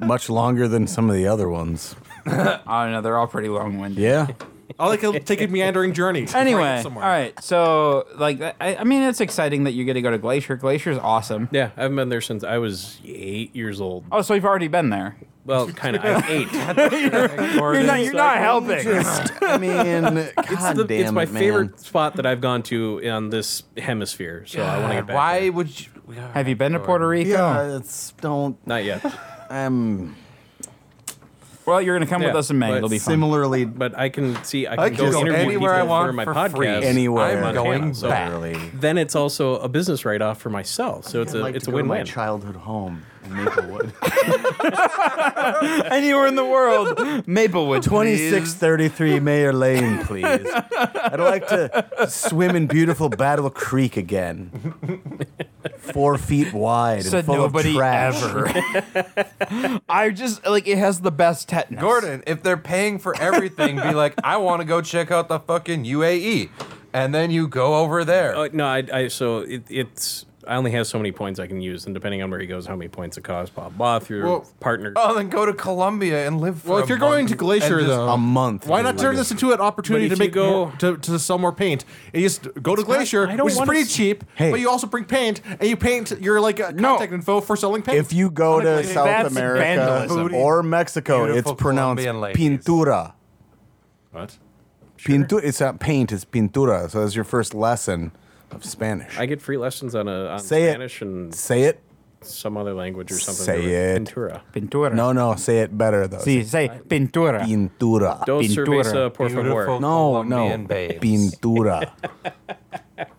[SPEAKER 6] much longer than some of the other ones.
[SPEAKER 2] I don't know, they're all pretty long-winded.
[SPEAKER 6] Yeah.
[SPEAKER 3] All they could take a meandering journey.
[SPEAKER 2] Anyway, all
[SPEAKER 3] Somewhere.
[SPEAKER 2] right. So, like, I, I mean, it's exciting that you get to go to Glacier. Glacier's awesome.
[SPEAKER 5] Yeah, I haven't been there since I was eight years old.
[SPEAKER 2] Oh, so you've already been there.
[SPEAKER 5] Well, kind of. I'm eight.
[SPEAKER 2] You're not, you're not helping.
[SPEAKER 6] Just, I mean, God
[SPEAKER 5] the-
[SPEAKER 6] damn
[SPEAKER 5] it's my
[SPEAKER 6] it, man.
[SPEAKER 5] favorite spot that I've gone to on this hemisphere. So I want to get back.
[SPEAKER 4] Why
[SPEAKER 5] there.
[SPEAKER 4] would you?
[SPEAKER 2] Have you been to Puerto Rico?
[SPEAKER 6] Yeah, it's don't.
[SPEAKER 5] Not yet.
[SPEAKER 6] I'm
[SPEAKER 2] Well, you're gonna come with
[SPEAKER 5] Yeah,
[SPEAKER 2] us in May.
[SPEAKER 5] but
[SPEAKER 2] It'll be fun.
[SPEAKER 6] similarly
[SPEAKER 5] But I can see I
[SPEAKER 6] can
[SPEAKER 5] can, go,
[SPEAKER 6] go
[SPEAKER 5] interview
[SPEAKER 4] anywhere I
[SPEAKER 5] people
[SPEAKER 4] want
[SPEAKER 5] for my
[SPEAKER 4] for
[SPEAKER 5] podcast
[SPEAKER 4] free.
[SPEAKER 6] anywhere.
[SPEAKER 5] I'm
[SPEAKER 4] going
[SPEAKER 5] so
[SPEAKER 4] back.
[SPEAKER 6] Literally.
[SPEAKER 5] Then it's also a business write-off for myself. So it's a
[SPEAKER 6] I'd like
[SPEAKER 5] it's
[SPEAKER 6] to
[SPEAKER 5] a
[SPEAKER 6] go to my
[SPEAKER 5] win-win.
[SPEAKER 6] childhood home in Maplewood.
[SPEAKER 2] Anywhere in the world, Maplewood.
[SPEAKER 6] Twenty-six thirty-three Mayor Lane, please. I'd like to swim in beautiful Battle Creek again. Four feet wide
[SPEAKER 2] Said
[SPEAKER 6] and full
[SPEAKER 2] nobody
[SPEAKER 6] of trash.
[SPEAKER 2] ever. I just like it has the best tetanus.
[SPEAKER 4] Gordon, if they're paying for everything, be like, I want to go check out E," the fucking UAE, and then you go over there.
[SPEAKER 5] Uh, no, I, I so it, it's I only have so many points I can use, and depending on where he goes, how many points it costs, blah blah, through your
[SPEAKER 3] Well-
[SPEAKER 5] partner.
[SPEAKER 4] Oh, then go to Colombia and live. For
[SPEAKER 3] Well,
[SPEAKER 4] a
[SPEAKER 3] if you're going
[SPEAKER 4] month
[SPEAKER 3] to Glacier
[SPEAKER 4] and just-
[SPEAKER 3] though,
[SPEAKER 6] a month.
[SPEAKER 3] Why not turn this into an opportunity
[SPEAKER 5] But
[SPEAKER 3] to
[SPEAKER 5] if you
[SPEAKER 3] make
[SPEAKER 5] go-
[SPEAKER 3] more, to, to sell more paint? And you just go to Glacier,
[SPEAKER 5] I don't
[SPEAKER 3] which is
[SPEAKER 5] wanna
[SPEAKER 3] pretty
[SPEAKER 5] s-
[SPEAKER 3] cheap,
[SPEAKER 6] Hey.
[SPEAKER 3] but you also bring paint and you paint your like uh,
[SPEAKER 2] No.
[SPEAKER 3] contact info for selling paint.
[SPEAKER 6] If you go to
[SPEAKER 2] Honestly,
[SPEAKER 6] South
[SPEAKER 2] Oh that's
[SPEAKER 6] America
[SPEAKER 2] vandalism.
[SPEAKER 6] or Mexico,
[SPEAKER 4] Beautiful
[SPEAKER 6] it's pronounced
[SPEAKER 4] Colombian ladies.
[SPEAKER 6] pintura.
[SPEAKER 3] what?
[SPEAKER 6] Pintu- it's not paint, it's pintura. So that's your first lesson of Spanish.
[SPEAKER 5] I get free lessons on a on
[SPEAKER 6] Say it.
[SPEAKER 5] Spanish and
[SPEAKER 6] say it.
[SPEAKER 5] some other language or something.
[SPEAKER 6] Say
[SPEAKER 5] There was
[SPEAKER 6] it.
[SPEAKER 5] Pintura.
[SPEAKER 2] Pintura.
[SPEAKER 6] No, no, say it better though.
[SPEAKER 2] Sí, say pintura.
[SPEAKER 6] Pintura.
[SPEAKER 5] Dos
[SPEAKER 2] Pintura.
[SPEAKER 5] cerveza, por favor.
[SPEAKER 4] Beautiful.
[SPEAKER 6] no, no.
[SPEAKER 4] Colombian babes.
[SPEAKER 6] Pintura.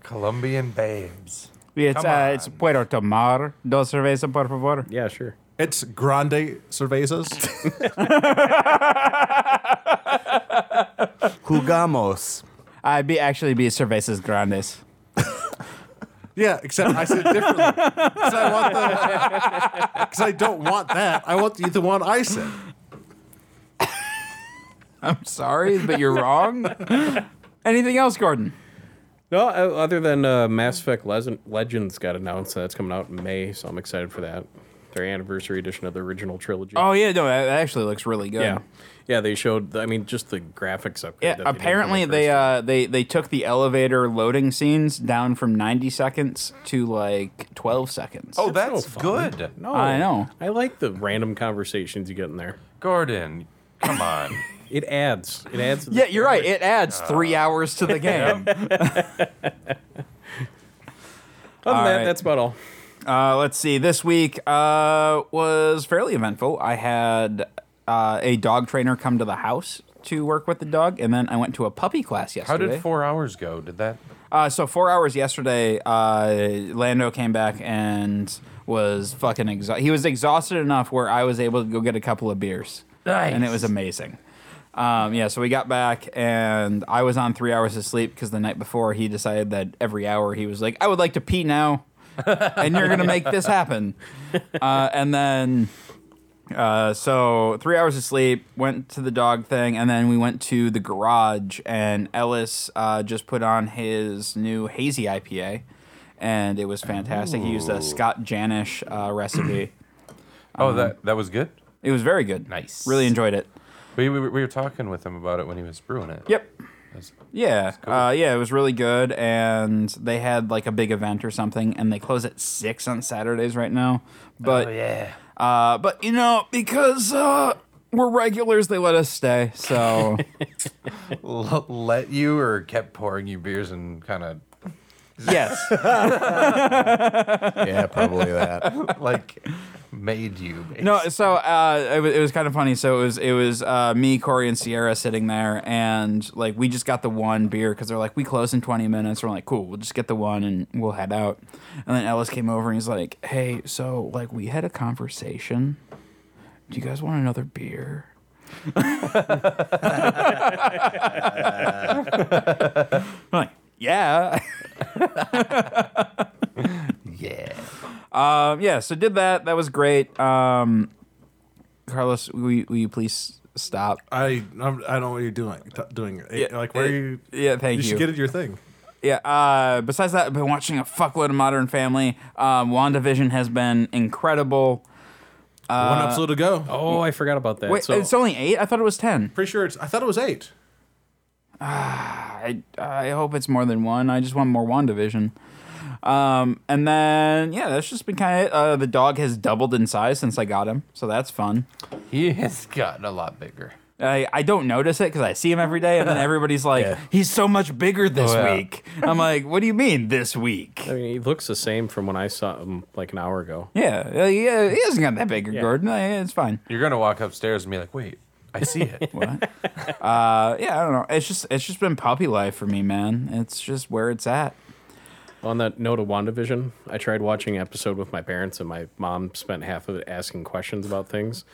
[SPEAKER 4] Colombian babes.
[SPEAKER 2] It's,
[SPEAKER 4] Come
[SPEAKER 2] uh, it's
[SPEAKER 4] on.
[SPEAKER 2] puedo tomar dos cervezas, por favor.
[SPEAKER 5] Yeah, sure.
[SPEAKER 3] It's grande cervezas.
[SPEAKER 6] Jugamos.
[SPEAKER 2] I'd be actually be cervezas grandes.
[SPEAKER 3] yeah, except I said it differently because I want the because I don't want that. I want the, the one I said.
[SPEAKER 2] I'm sorry, but you're wrong. Anything else, Gordon?
[SPEAKER 5] No, o- other than uh, Mass Effect Les- Legends got announced, that's coming out in May, so I'm excited for that. Their anniversary edition of the original trilogy.
[SPEAKER 2] Oh yeah, no, that that actually looks really good.
[SPEAKER 5] yeah, yeah. They showed. I mean, just the graphics upgrade.
[SPEAKER 2] Yeah,
[SPEAKER 5] that did
[SPEAKER 2] apparently
[SPEAKER 5] from the first
[SPEAKER 2] they uh, they they took the elevator loading scenes down from 90 seconds to like 12 seconds.
[SPEAKER 4] Oh, that's good.
[SPEAKER 5] No,
[SPEAKER 2] I know.
[SPEAKER 5] I like the random conversations you get in there.
[SPEAKER 4] Gordon, come on.
[SPEAKER 5] It adds. It adds. to the
[SPEAKER 2] yeah, you're right. It adds three hours to the game.
[SPEAKER 5] Other than that,
[SPEAKER 2] Alright.
[SPEAKER 5] that's about all.
[SPEAKER 2] Uh, let's see. This week uh, was fairly eventful. I had uh, a dog trainer come to the house to work with the dog, and then I went to a puppy class
[SPEAKER 4] How
[SPEAKER 2] yesterday.
[SPEAKER 4] did four hours go? Did that?
[SPEAKER 2] Uh, so four hours yesterday, uh, Lando came back and was fucking exhausted. He was exhausted enough where I was able to go get a couple of beers,
[SPEAKER 4] Nice.
[SPEAKER 2] and it was amazing. Um, yeah, so we got back and I was on three hours of sleep because the night before he decided that every hour he was like, "I would like to pee now," and you're gonna make this happen. Uh, and then. Uh, so three hours of sleep, went to the dog thing, and then we went to the garage. And Ellis uh, just put on his new hazy IPA, and it was fantastic. He used a Scott Janish uh, recipe. Uh-huh.
[SPEAKER 4] Oh, that that was good.
[SPEAKER 2] It was very good.
[SPEAKER 4] Nice.
[SPEAKER 2] Really enjoyed it.
[SPEAKER 4] We, we, were- we were talking with him about it when he was brewing it.
[SPEAKER 2] Yep.
[SPEAKER 4] That's-
[SPEAKER 2] Yeah. Uh, yeah. It was really good, and they had like a big event or something, and they close at six on Saturdays right now. But
[SPEAKER 4] Oh, yeah.
[SPEAKER 2] Uh, but you know, because uh, we're regulars, they let us stay. So
[SPEAKER 4] L- let you or kept pouring you beers and kind of
[SPEAKER 2] yes,
[SPEAKER 6] Yeah, probably that.
[SPEAKER 4] like made you.
[SPEAKER 2] no. So uh, it, was, it was kind of funny. So it was it was uh, me, Corey, and Sierra sitting there, and like we just got the one beer because they're like we close in twenty minutes. We're like cool, we'll just get the one and we'll head out. And then Ellis came over and he's like, hey, so like we had a conversation. Do you guys want another beer? I'm like, yeah.
[SPEAKER 4] Yeah.
[SPEAKER 2] Um, yeah, so did that. That was great. Um, Carlos, will you, will you please stop?
[SPEAKER 3] I I'm, I don't know what you're doing. t- doing it. like where
[SPEAKER 2] it-
[SPEAKER 3] you?
[SPEAKER 2] yeah, thank
[SPEAKER 3] You
[SPEAKER 2] you.
[SPEAKER 3] should get it your thing.
[SPEAKER 2] Yeah. Uh, besides that, I've been watching a fuckload of Modern Family. Um, WandaVision has been incredible.
[SPEAKER 3] one episode to go.
[SPEAKER 5] Uh, Oh, I forgot about that.
[SPEAKER 2] Wait,
[SPEAKER 5] so,
[SPEAKER 2] it's only eight. I thought it was ten.
[SPEAKER 3] Pretty sure it's. I thought it was eight.
[SPEAKER 2] I I hope it's more than one. I just want more WandaVision. Um, and then yeah, that's just been kind of uh, the dog has doubled in size since I got him, so that's fun.
[SPEAKER 4] He has gotten a lot bigger.
[SPEAKER 2] I, I don't notice it because I see him every day, and then everybody's like, "He's so much bigger this
[SPEAKER 4] Oh, yeah.
[SPEAKER 2] week." I'm like, "What do you mean this week?"
[SPEAKER 5] I mean, he looks the same from when I saw him like an hour ago.
[SPEAKER 2] Yeah, uh, yeah, he hasn't got that bigger, Gordon. Uh, yeah, It's fine.
[SPEAKER 4] You're gonna walk upstairs and be like, "Wait, I see it."
[SPEAKER 2] What? uh, yeah, I don't know. It's just it's just been puppy life for me, man. It's just where it's at.
[SPEAKER 5] On that note of WandaVision, I tried watching an episode with my parents, and my mom spent half of it asking questions about things.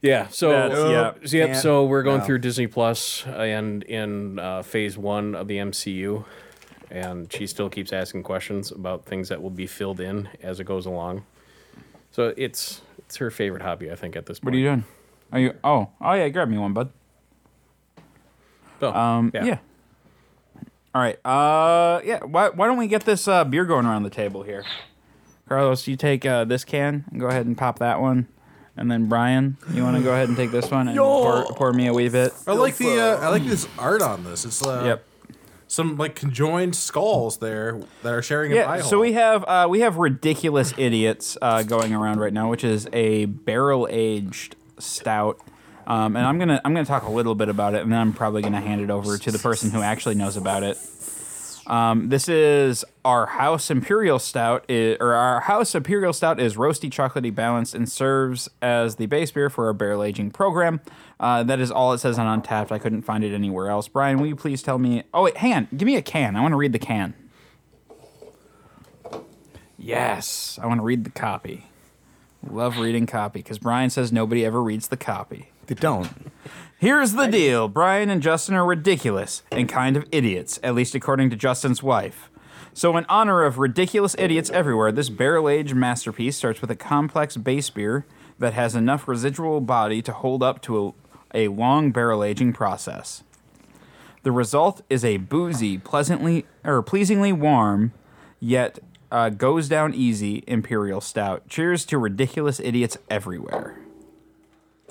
[SPEAKER 5] Yeah, so
[SPEAKER 2] That's-
[SPEAKER 5] yep, so we're going through Disney Plus and in uh, phase one of the MCU, and she still keeps asking questions about things that will be filled in as it goes along. So it's it's her favorite hobby, I think, at this point.
[SPEAKER 2] What are you doing? Are you? Oh, oh yeah, grab me one, bud.
[SPEAKER 5] Oh,
[SPEAKER 2] Um, yeah. All right. Uh, yeah. Why, why don't we get this uh, beer going around the table here? Carlos, you take uh, this can and go ahead and pop that one, and then Brian, you want to go ahead and take this one and pour, pour me a wee bit.
[SPEAKER 3] I like the uh, I like this art on this. It's uh,
[SPEAKER 2] Yep.
[SPEAKER 3] some like conjoined skulls there that are sharing an eye
[SPEAKER 2] Yeah. So
[SPEAKER 3] hole.
[SPEAKER 2] we have uh, we have ridiculous idiots uh, going around right now, which is a barrel aged stout. Um, and I'm gonna I'm gonna talk a little bit about it, and then I'm probably gonna hand it over to the person who actually knows about it. Um, this is our house imperial stout, i- or our house imperial stout is roasty, chocolatey, balanced, and serves as the base beer for our barrel aging program. Uh, that is all it says on Untapped. I couldn't find it anywhere else. Brian, will you please tell me? Oh wait, hang on. Give me a can. I want to read the can. Yes, I want to read the copy. Love reading copy because Brian says nobody ever reads the copy.
[SPEAKER 6] They don't.
[SPEAKER 2] Here's the deal Brian and Justin are ridiculous and kind of idiots, at least according to Justin's wife. So, in honor of ridiculous idiots everywhere, this barrel aged masterpiece starts with a complex base beer that has enough residual body to hold up to a, a long barrel aging process. The result is a boozy, pleasantly or pleasingly warm, yet uh, goes down easy imperial stout. Cheers to ridiculous idiots everywhere.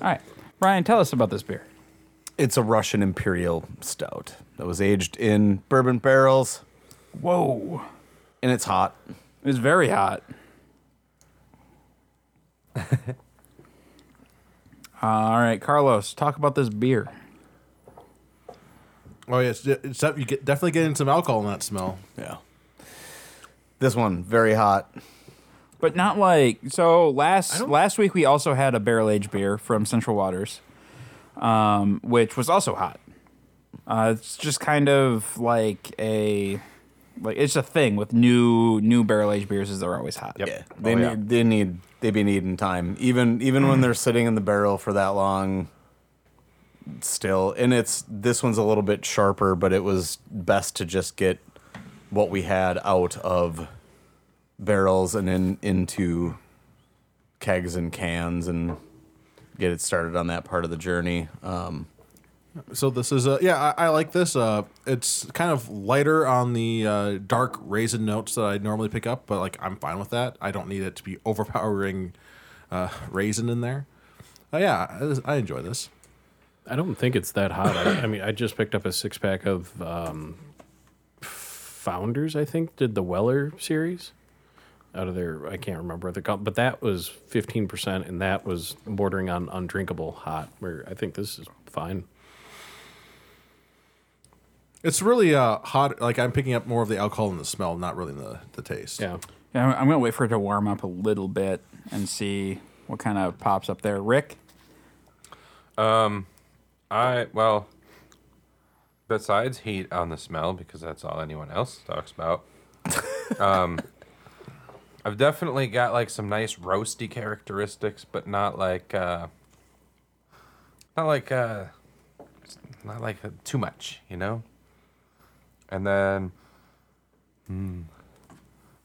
[SPEAKER 2] All right, Brian, tell us about this beer.
[SPEAKER 6] It's a Russian imperial stout that was aged in bourbon barrels,
[SPEAKER 2] Whoa.
[SPEAKER 6] and it's hot.
[SPEAKER 2] It's very hot. Uh, All right, Carlos, talk about this beer.
[SPEAKER 3] oh yeah, it's, it's up- you get definitely getting some alcohol in that smell.
[SPEAKER 6] Yeah. This one very hot.
[SPEAKER 2] But not like so last last week we also had a barrel aged beer from Central Waters, um, which was also hot. Uh, it's just kind of like a like it's a thing with new new barrel aged beers is they're always hot.
[SPEAKER 6] Yeah.
[SPEAKER 4] Oh,
[SPEAKER 6] They need they need they be needing time. Even even when they're sitting in the barrel for that long still. And it's this one's a little bit sharper, but it was best to just get what we had out of barrels and in into kegs and cans and get it started on that part of the journey. Um,
[SPEAKER 3] So this is uh, yeah, I, I like this. Uh, it's kind of lighter on the uh, dark raisin notes that I normally pick up, but like I'm fine with that. I don't need it to be overpowering uh, raisin in there. Uh, yeah, I- I enjoy this.
[SPEAKER 5] I don't think it's that hot. I, I mean, I just picked up a six pack of um, Founders. I think did the Weller series out of their. I can't remember what they're called, but that was fifteen percent, and that was bordering on undrinkable hot. Where I think this is fine.
[SPEAKER 3] It's really uh, hot. Like I'm picking up more of the alcohol in the smell, not really in the, the taste.
[SPEAKER 5] Yeah,
[SPEAKER 2] Yeah, I'm- I'm gonna wait for it to warm up a little bit and see what kind of pops up there. Rick,
[SPEAKER 4] I well, besides heat on the smell because that's all anyone else talks about. um, I've definitely got like some nice roasty characteristics, but not like uh, not like uh, not like uh, too much, you know. And then hmm,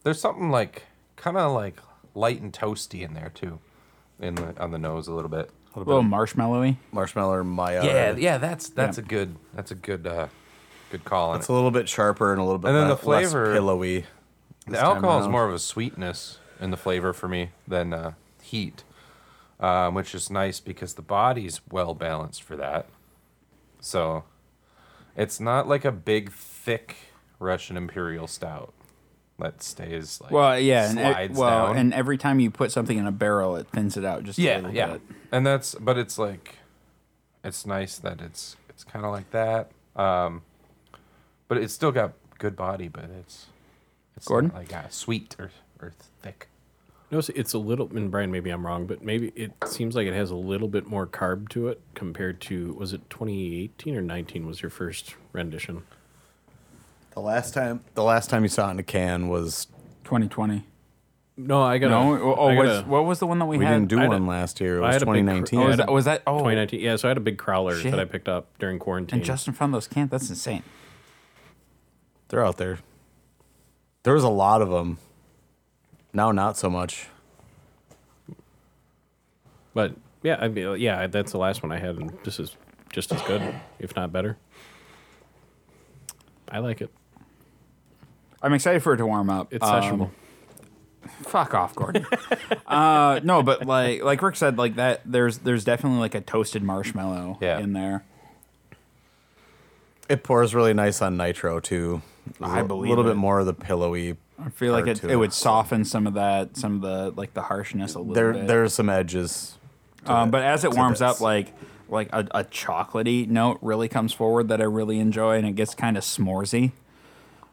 [SPEAKER 4] there's something like kind of like light and toasty in there too, in the, on the nose a little bit.
[SPEAKER 2] a little marshmallowy.
[SPEAKER 6] marshmallow Maya.
[SPEAKER 4] Yeah, yeah, that's that's a good that's a good uh, good call. On
[SPEAKER 6] It's
[SPEAKER 4] it.
[SPEAKER 6] a little bit sharper and a little bit
[SPEAKER 4] And then the
[SPEAKER 6] le- less
[SPEAKER 4] flavor-
[SPEAKER 6] pillowy.
[SPEAKER 4] The
[SPEAKER 6] this time
[SPEAKER 4] alcohol is
[SPEAKER 6] around.
[SPEAKER 4] more of a sweetness in the flavor for me than uh, heat, um, which is nice because the body's well balanced for that. So it's not like a big thick Russian Imperial Stout that stays like
[SPEAKER 2] Well, yeah, and, e-
[SPEAKER 4] slides
[SPEAKER 2] well,
[SPEAKER 4] down.
[SPEAKER 2] and every time you put something in a barrel, it thins it out just a
[SPEAKER 4] yeah
[SPEAKER 2] little
[SPEAKER 4] yeah
[SPEAKER 2] bit.
[SPEAKER 4] and that's but it's like it's nice that it's it's kind of like that um but it's still got good body but it's it's not
[SPEAKER 2] Gordon?
[SPEAKER 4] like uh, sweet or or thick
[SPEAKER 5] notice it's a little. And Brian, maybe I'm wrong, but maybe it seems like it has a little bit more carb to it compared to was it 2018 or 19 was your first rendition.
[SPEAKER 6] The last time, the last time you saw it in a can was
[SPEAKER 2] 2020.
[SPEAKER 5] No, I got
[SPEAKER 2] No, oh,
[SPEAKER 5] I
[SPEAKER 2] oh,
[SPEAKER 5] got
[SPEAKER 2] what's- what was the one that we,
[SPEAKER 6] we
[SPEAKER 2] had?
[SPEAKER 6] didn't do
[SPEAKER 5] I had a-
[SPEAKER 6] one last year. It
[SPEAKER 5] I
[SPEAKER 6] was
[SPEAKER 5] had a big cr-
[SPEAKER 6] 2019.
[SPEAKER 2] oh,
[SPEAKER 5] I had
[SPEAKER 2] was that, was that? Oh,
[SPEAKER 5] 2019. Yeah, so I had a big crowler
[SPEAKER 2] Shit.
[SPEAKER 5] that I picked up during quarantine.
[SPEAKER 2] and Justin found those cans. That's insane.
[SPEAKER 6] They're out there. There was a lot of them. Now, not so much.
[SPEAKER 5] But yeah, I mean, yeah, that's the last one I had, and this is just as good, if not better. I like it.
[SPEAKER 2] I'm excited for it to warm up.
[SPEAKER 5] It's uh,
[SPEAKER 2] Um,
[SPEAKER 5] sessionable.
[SPEAKER 2] Fuck off, Gordon. uh, no, but like like Rick said, like that. There's there's definitely like a toasted marshmallow
[SPEAKER 4] Yeah.
[SPEAKER 2] in there.
[SPEAKER 6] It pours really nice on nitro too.
[SPEAKER 2] I believe
[SPEAKER 6] a little
[SPEAKER 2] it.
[SPEAKER 6] bit more of the pillowy.
[SPEAKER 2] I feel like
[SPEAKER 6] part
[SPEAKER 2] it,
[SPEAKER 6] to
[SPEAKER 2] it would soften some of that, some of the like the harshness a little
[SPEAKER 6] There,
[SPEAKER 2] bit.
[SPEAKER 6] there's some edges.
[SPEAKER 2] um, but as it warms up,
[SPEAKER 6] this.
[SPEAKER 2] like like a, a chocolatey note really comes forward that I really enjoy, and it gets kind of s'moresy.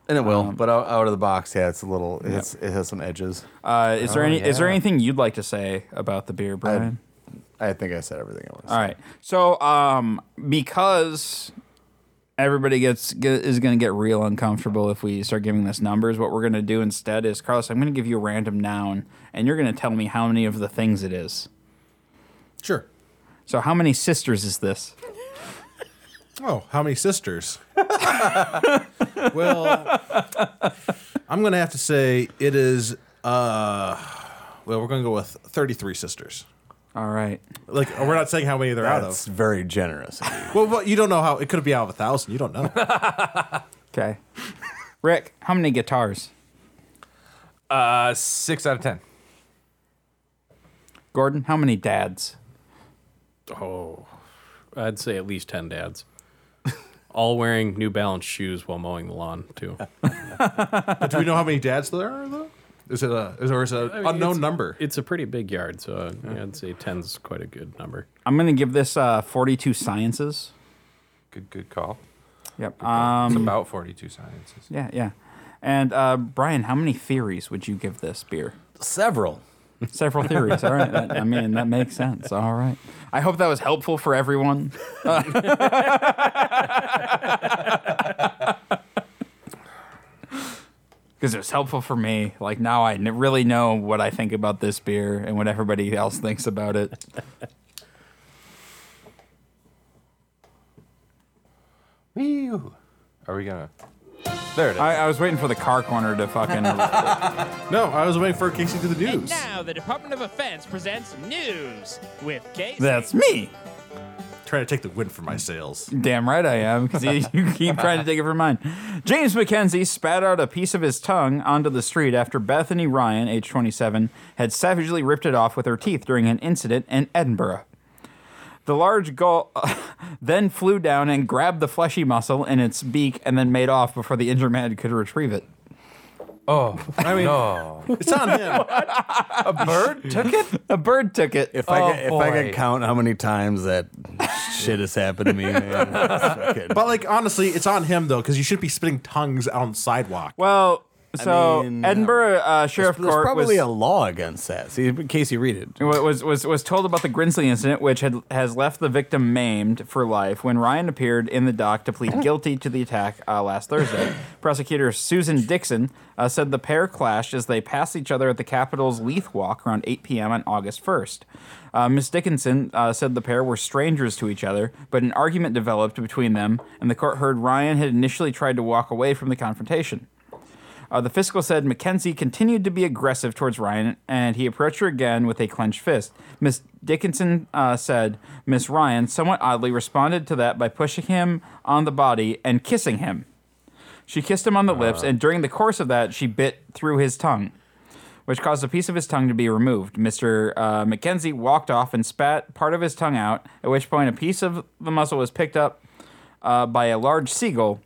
[SPEAKER 6] And it will, Um, but out, out of the box, yeah, it's a little. It's, it has some edges.
[SPEAKER 2] Uh, is there any is there
[SPEAKER 6] yeah.
[SPEAKER 2] anything you'd like to say about the beer, Brian?
[SPEAKER 6] I think I said everything I want to
[SPEAKER 2] All right. So, um, because everybody gets get, is going to get real uncomfortable if we start giving this numbers, what we're going to do instead is, Carlos, I'm going to give you a random noun, and you're going to tell me how many of the things it is.
[SPEAKER 3] Sure.
[SPEAKER 2] So, how many sisters is this?
[SPEAKER 3] Oh, how many sisters? well, I'm going to have to say it is, uh, well, we're going to go with 33 sisters.
[SPEAKER 2] All right.
[SPEAKER 3] Like, we're not saying how many they're
[SPEAKER 6] say.
[SPEAKER 3] out
[SPEAKER 6] That's
[SPEAKER 3] of.
[SPEAKER 6] very generous. of you.
[SPEAKER 3] Well, well, you don't know how. It could be out of a thousand. You don't know.
[SPEAKER 2] Okay. Rick, how many guitars?
[SPEAKER 4] Uh, six out of ten.
[SPEAKER 2] Gordon, how many dads?
[SPEAKER 5] Oh, I'd say at least 10 dads. All wearing New Balance shoes while mowing the lawn, too.
[SPEAKER 3] Do we know how many dads there are, though? Is it a, is, or is it an
[SPEAKER 5] I mean,
[SPEAKER 3] unknown
[SPEAKER 5] it's-
[SPEAKER 3] number?
[SPEAKER 5] It's a pretty big yard, so yeah, I'd say 10's quite a good number.
[SPEAKER 2] I'm going to give this uh, 42 sciences.
[SPEAKER 4] Good, good call.
[SPEAKER 2] Yep. Um,
[SPEAKER 4] It's about forty-two sciences.
[SPEAKER 2] yeah, yeah. And uh, Brian, how many theories would you give this beer?
[SPEAKER 6] Several.
[SPEAKER 2] Several theories. All right. That, I mean, that makes sense. All right. I hope that was helpful for everyone. Because it was helpful for me. Like now, I n- really know what I think about this beer and what everybody else thinks about it.
[SPEAKER 4] Whew. Are we gonna? There it is.
[SPEAKER 2] I, I was waiting for the car corner to fucking.
[SPEAKER 3] No, I was waiting for Casey to the
[SPEAKER 7] And
[SPEAKER 3] news.
[SPEAKER 7] now the Department of Defense presents news with Casey.
[SPEAKER 2] That's me.
[SPEAKER 3] Trying to take the wind from my sails.
[SPEAKER 2] Damn right I am, because you, you keep trying to take it from mine. James McKenzie spat out a piece of his tongue onto the street after Bethany Ryan, age 27, had savagely ripped it off with her teeth during an incident in Edinburgh. The large gull then flew down and grabbed the fleshy muscle in its beak and then made off before the injured man could retrieve it.
[SPEAKER 4] oh, I mean, no.
[SPEAKER 3] It's on him.
[SPEAKER 4] a bird took it.
[SPEAKER 2] A bird took it.
[SPEAKER 6] If I
[SPEAKER 4] Oh,
[SPEAKER 6] could, if
[SPEAKER 4] boy.
[SPEAKER 6] I could count how many times that shit has happened to me, man. it's fucking-
[SPEAKER 3] But like honestly, it's on him though, because you should be spitting tongues out on the sidewalk.
[SPEAKER 2] well, so
[SPEAKER 6] mean,
[SPEAKER 2] Edinburgh uh, Sheriff
[SPEAKER 6] there's
[SPEAKER 2] Court was,
[SPEAKER 6] probably a law against that. See, Casey, read it.
[SPEAKER 2] wa- was was was told about the Grinsley incident, which had has left the victim maimed for life. When Ryan appeared in the dock to plead guilty to the attack uh, last Thursday, prosecutor Susan Dixon uh, said the pair clashed as they passed each other at the Capitol's Leith Walk around 8 p.m. on August 1st. Uh, Miss Dickinson uh, said the pair were strangers to each other, but an argument developed between them, and the court heard Ryan had initially tried to walk away from the confrontation. Uh, the fiscal said Mackenzie continued to be aggressive towards Ryan, and he approached her again with a clenched fist. Miss Dickinson uh, said Miss Ryan somewhat oddly responded to that by pushing him on the body and kissing him. She kissed him on the lips, and during the course of that, she bit through his tongue, which caused a piece of his tongue to be removed. Mr. Uh, Mackenzie walked off and spat part of his tongue out, at which point a piece of the muscle was picked up uh, by a large seagull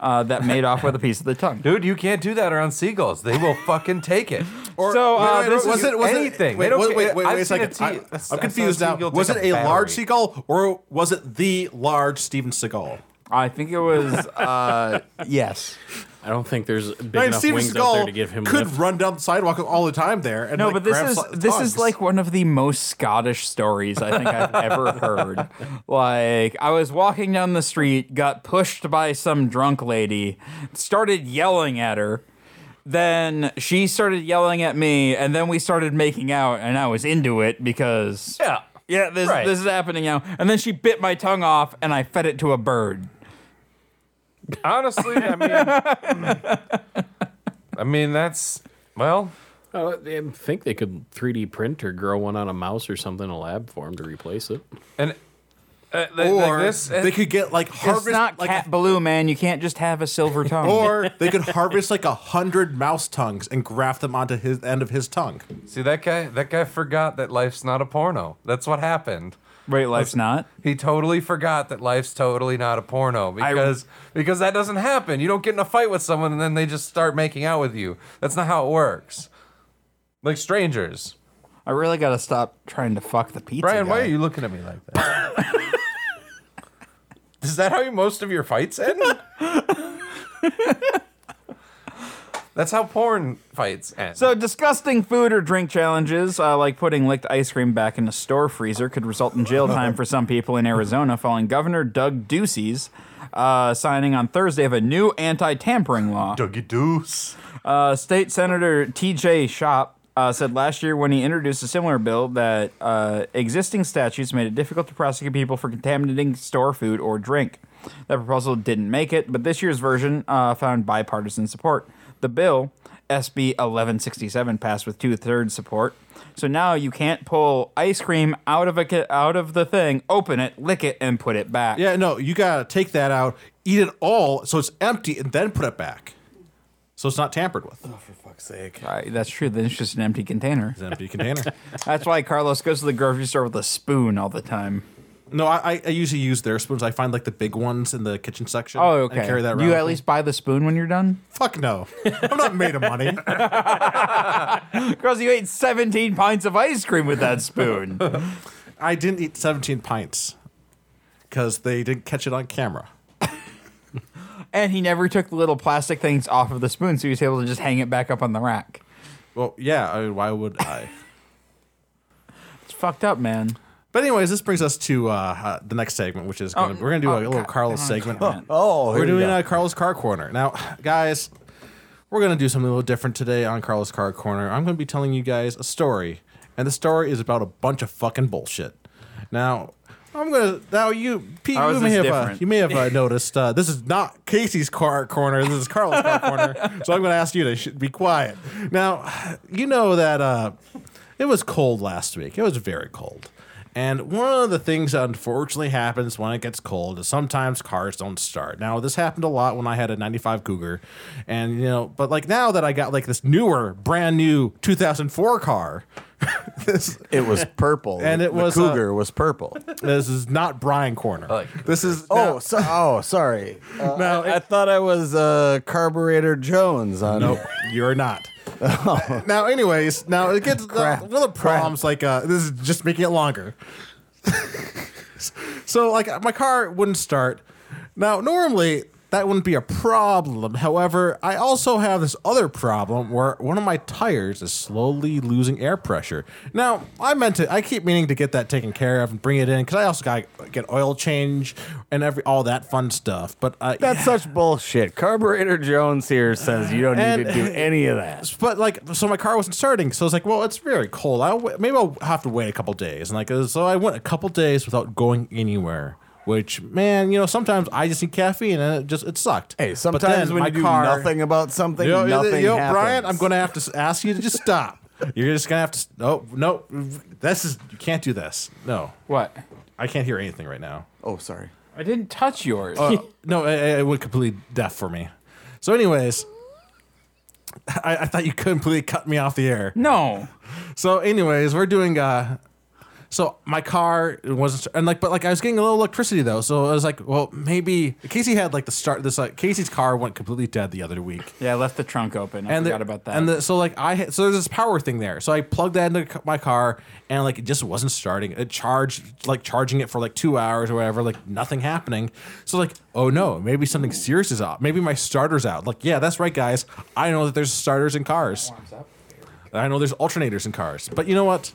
[SPEAKER 2] uh, that made off with a piece of the tongue.
[SPEAKER 4] Dude, you can't do that around seagulls. They will fucking take it.
[SPEAKER 3] Or,
[SPEAKER 2] So, uh,
[SPEAKER 3] wait,
[SPEAKER 2] this
[SPEAKER 3] was
[SPEAKER 4] is
[SPEAKER 3] it was
[SPEAKER 4] anything.
[SPEAKER 3] It, wait,
[SPEAKER 4] They don't
[SPEAKER 3] wait,
[SPEAKER 4] care.
[SPEAKER 3] wait, wait,
[SPEAKER 4] I've
[SPEAKER 3] wait a
[SPEAKER 4] seen a
[SPEAKER 3] second. I,
[SPEAKER 4] te- I saw
[SPEAKER 3] I'm confused
[SPEAKER 4] a
[SPEAKER 3] now.
[SPEAKER 4] seagull
[SPEAKER 3] Was
[SPEAKER 4] take
[SPEAKER 3] it
[SPEAKER 4] a
[SPEAKER 3] a large
[SPEAKER 4] battery.
[SPEAKER 3] seagull or was it the large Steven Seagal?
[SPEAKER 2] I think it was. Uh, yes.
[SPEAKER 5] I don't think there's big
[SPEAKER 3] I mean,
[SPEAKER 5] enough
[SPEAKER 3] Steven
[SPEAKER 5] wings out there
[SPEAKER 3] Seagal
[SPEAKER 5] to give him
[SPEAKER 3] could
[SPEAKER 5] lift.
[SPEAKER 3] run down the sidewalk all the time there. And
[SPEAKER 2] No,
[SPEAKER 3] like,
[SPEAKER 2] but this
[SPEAKER 3] grab
[SPEAKER 2] is
[SPEAKER 3] si-
[SPEAKER 2] this is
[SPEAKER 3] tongues.
[SPEAKER 2] like one of the most Scottish stories I think I've ever heard. Like I was walking down the street, got pushed by some drunk lady, started yelling at her. Then she started yelling at me, and then we started making out, and I was into it because
[SPEAKER 4] Yeah.
[SPEAKER 2] yeah, this
[SPEAKER 4] Right.
[SPEAKER 2] this is happening now. And then she bit my tongue off, and I fed it to a bird.
[SPEAKER 4] Honestly, I mean, I mean that's well.
[SPEAKER 5] Uh, I think they could 3D print or grow one on a mouse or something in a lab for him to replace it.
[SPEAKER 4] And Uh, like- like
[SPEAKER 3] Or
[SPEAKER 4] this-
[SPEAKER 3] they could get like harvest
[SPEAKER 2] it's not
[SPEAKER 3] like
[SPEAKER 2] cat
[SPEAKER 3] a-
[SPEAKER 2] blue, man. You can't just have a silver tongue.
[SPEAKER 3] or they could harvest like a hundred mouse tongues and graft them onto his end of his tongue.
[SPEAKER 4] See that guy? That guy forgot that life's not a porno. That's what happened.
[SPEAKER 2] Wait, life's not.
[SPEAKER 4] He totally forgot that life's totally not a porno because because that doesn't happen. You don't get in a fight with someone and then they just start making out with you. That's not how it works. Like strangers.
[SPEAKER 2] I really gotta stop trying to fuck the pizza.
[SPEAKER 4] Brian, why
[SPEAKER 2] guy.
[SPEAKER 4] are you looking at me like that? Is that how you, most of your fights end? That's how porn fights end.
[SPEAKER 2] So, disgusting food or drink challenges, uh, like putting licked ice cream back in a store freezer, could result in jail time for some people in Arizona, following Governor Doug Ducey's uh, signing on Thursday of a new anti tampering law.
[SPEAKER 4] Dougie Deuce.
[SPEAKER 2] Uh, State Senator T.J. Shop uh, said last year when he introduced a similar bill that uh, existing statutes made it difficult to prosecute people for contaminating store food or drink. That proposal didn't make it, but this year's version uh, found bipartisan support. The bill, SB 1167, passed with two thirds support. So now you can't pull ice cream out of a ca- out of the thing, open it, lick it, and put it back.
[SPEAKER 3] Yeah, no, you gotta take that out, eat it all so it's empty, and then put it back. So it's not tampered with. It's
[SPEAKER 2] Uh, that's true. Then it's just an empty container.
[SPEAKER 3] an empty container.
[SPEAKER 2] That's why Carlos goes to the grocery store with a spoon all the time.
[SPEAKER 3] No, I, I- I usually use their spoons. I find like the big ones in the kitchen section.
[SPEAKER 2] Oh, okay.
[SPEAKER 3] And carry that around.
[SPEAKER 2] you
[SPEAKER 3] with
[SPEAKER 2] at
[SPEAKER 3] me.
[SPEAKER 2] least buy the spoon when you're done?
[SPEAKER 3] Fuck no. I'm not made of money.
[SPEAKER 2] Because you ate 17 pints of ice cream with that spoon.
[SPEAKER 3] I didn't eat 17 pints because they didn't catch it on camera.
[SPEAKER 2] and he never took the little plastic things off of the spoon, so he was able to just hang it back up on the rack.
[SPEAKER 3] Well, yeah, I mean, why would I?
[SPEAKER 2] It's fucked up, man.
[SPEAKER 3] But anyways, this brings us to uh, uh, the next segment, which is gonna, we're gonna do
[SPEAKER 2] oh,
[SPEAKER 3] a little
[SPEAKER 2] God,
[SPEAKER 3] Carlos
[SPEAKER 2] oh,
[SPEAKER 3] segment.
[SPEAKER 2] God.
[SPEAKER 6] Oh, here
[SPEAKER 3] we're
[SPEAKER 6] we
[SPEAKER 3] doing
[SPEAKER 6] go.
[SPEAKER 3] uh, Carlos Car Corner now, guys. We're gonna do something a little different today on Carlos Car Corner. I'm gonna be telling you guys a story, and the story is about a bunch of fucking bullshit. Now, I'm gonna now you Pete,
[SPEAKER 2] How
[SPEAKER 3] you
[SPEAKER 2] is
[SPEAKER 3] may
[SPEAKER 2] this
[SPEAKER 3] have uh,
[SPEAKER 2] different?
[SPEAKER 3] you may have uh, noticed uh, this is not Casey's Car Corner. This is Carlos Car Corner. So I'm gonna ask you to sh- be quiet. Now, you know that uh, it was cold last week. It was very cold. And one of the things that unfortunately happens when it gets cold is sometimes cars don't start. Now, this happened a lot when I had a 95 Cougar. And, you know, but like now that I got like this newer, brand new 2004 car, this,
[SPEAKER 6] It was purple,
[SPEAKER 3] And it
[SPEAKER 6] The
[SPEAKER 3] was, uh,
[SPEAKER 6] cougar was purple.
[SPEAKER 3] this is not Brian Corner.
[SPEAKER 4] like
[SPEAKER 3] this is.
[SPEAKER 6] Oh, so, oh, sorry. Uh, I thought I was uh, Carburetor Jones on.
[SPEAKER 3] Nope, you're not. Now, anyways, now it gets
[SPEAKER 6] Crap.
[SPEAKER 2] Crap.
[SPEAKER 3] one of the problems. Like uh, this is just making it longer. so, like my car wouldn't start. Now, normally that wouldn't be a problem. However, I also have this other problem where one of my tires is slowly losing air pressure. Now, I meant to. I keep meaning to get that taken care of and bring it in because I also got to get oil change and every all that fun stuff. But uh,
[SPEAKER 6] That's such bullshit. Carburetor Jones here says you don't need
[SPEAKER 3] And-
[SPEAKER 6] to do any of that.
[SPEAKER 3] but like so my car wasn't starting so i was like well it's very cold i'll wa- maybe i'll have to wait a couple days and like uh, so i went a couple days without going anywhere which man you know sometimes i just need caffeine and it just it sucked
[SPEAKER 6] Hey,
[SPEAKER 3] But
[SPEAKER 6] sometimes
[SPEAKER 3] then
[SPEAKER 6] when
[SPEAKER 3] my
[SPEAKER 6] you do
[SPEAKER 3] car-
[SPEAKER 6] nothing about something,
[SPEAKER 3] yo, yo,
[SPEAKER 6] nothing
[SPEAKER 3] yo,
[SPEAKER 6] happens.
[SPEAKER 3] brian i'm gonna have to s- ask you to just stop you're just gonna have to s- no no this is you can't do this no
[SPEAKER 2] What?
[SPEAKER 3] i can't hear anything right now
[SPEAKER 6] Oh, sorry.
[SPEAKER 2] I didn't touch yours.
[SPEAKER 3] uh, no, it, it went completely deaf for me. So, anyways, I, I thought you completely cut me off the air.
[SPEAKER 2] no.
[SPEAKER 3] So, anyways, we're doing. uh So my car it wasn't, and like, but like, I was getting a little electricity though. So I was like, well, maybe Casey had like the start. This like Casey's car went completely dead the other week
[SPEAKER 2] Yeah, I left the trunk open. I
[SPEAKER 3] and
[SPEAKER 2] forgot
[SPEAKER 3] the,
[SPEAKER 2] about that.
[SPEAKER 3] And the, so like I had, so there's this power thing there. So I plugged that into c- my car and like it just wasn't starting. It charged like charging it for like two hours or whatever. Like nothing happening. So like oh no, maybe something serious is out. Maybe my starter's out. Like yeah, that's right, guys. I know that there's starters in cars. I know there's alternators in cars. But you know what?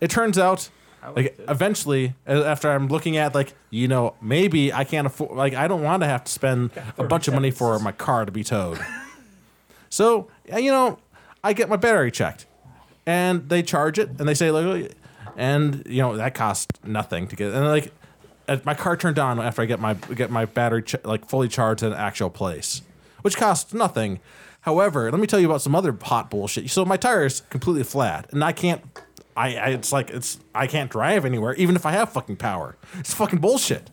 [SPEAKER 3] It turns out. Like eventually, a- after I'm looking at like you know maybe I can't afford like I don't want to have to spend a bunch of money for my car to be towed. So uh, you know, I get my battery checked, and they charge it, and they say like, oh, and you know that costs nothing to get, and like, uh, my car turned on after I get my get my battery ch- like fully charged in an actual place, which costs nothing. However, let me tell you about some other hot bullshit. So my tire is completely flat, and I can't. I, I it's like it's I can't drive anywhere, even if I have fucking power. It's fucking bullshit.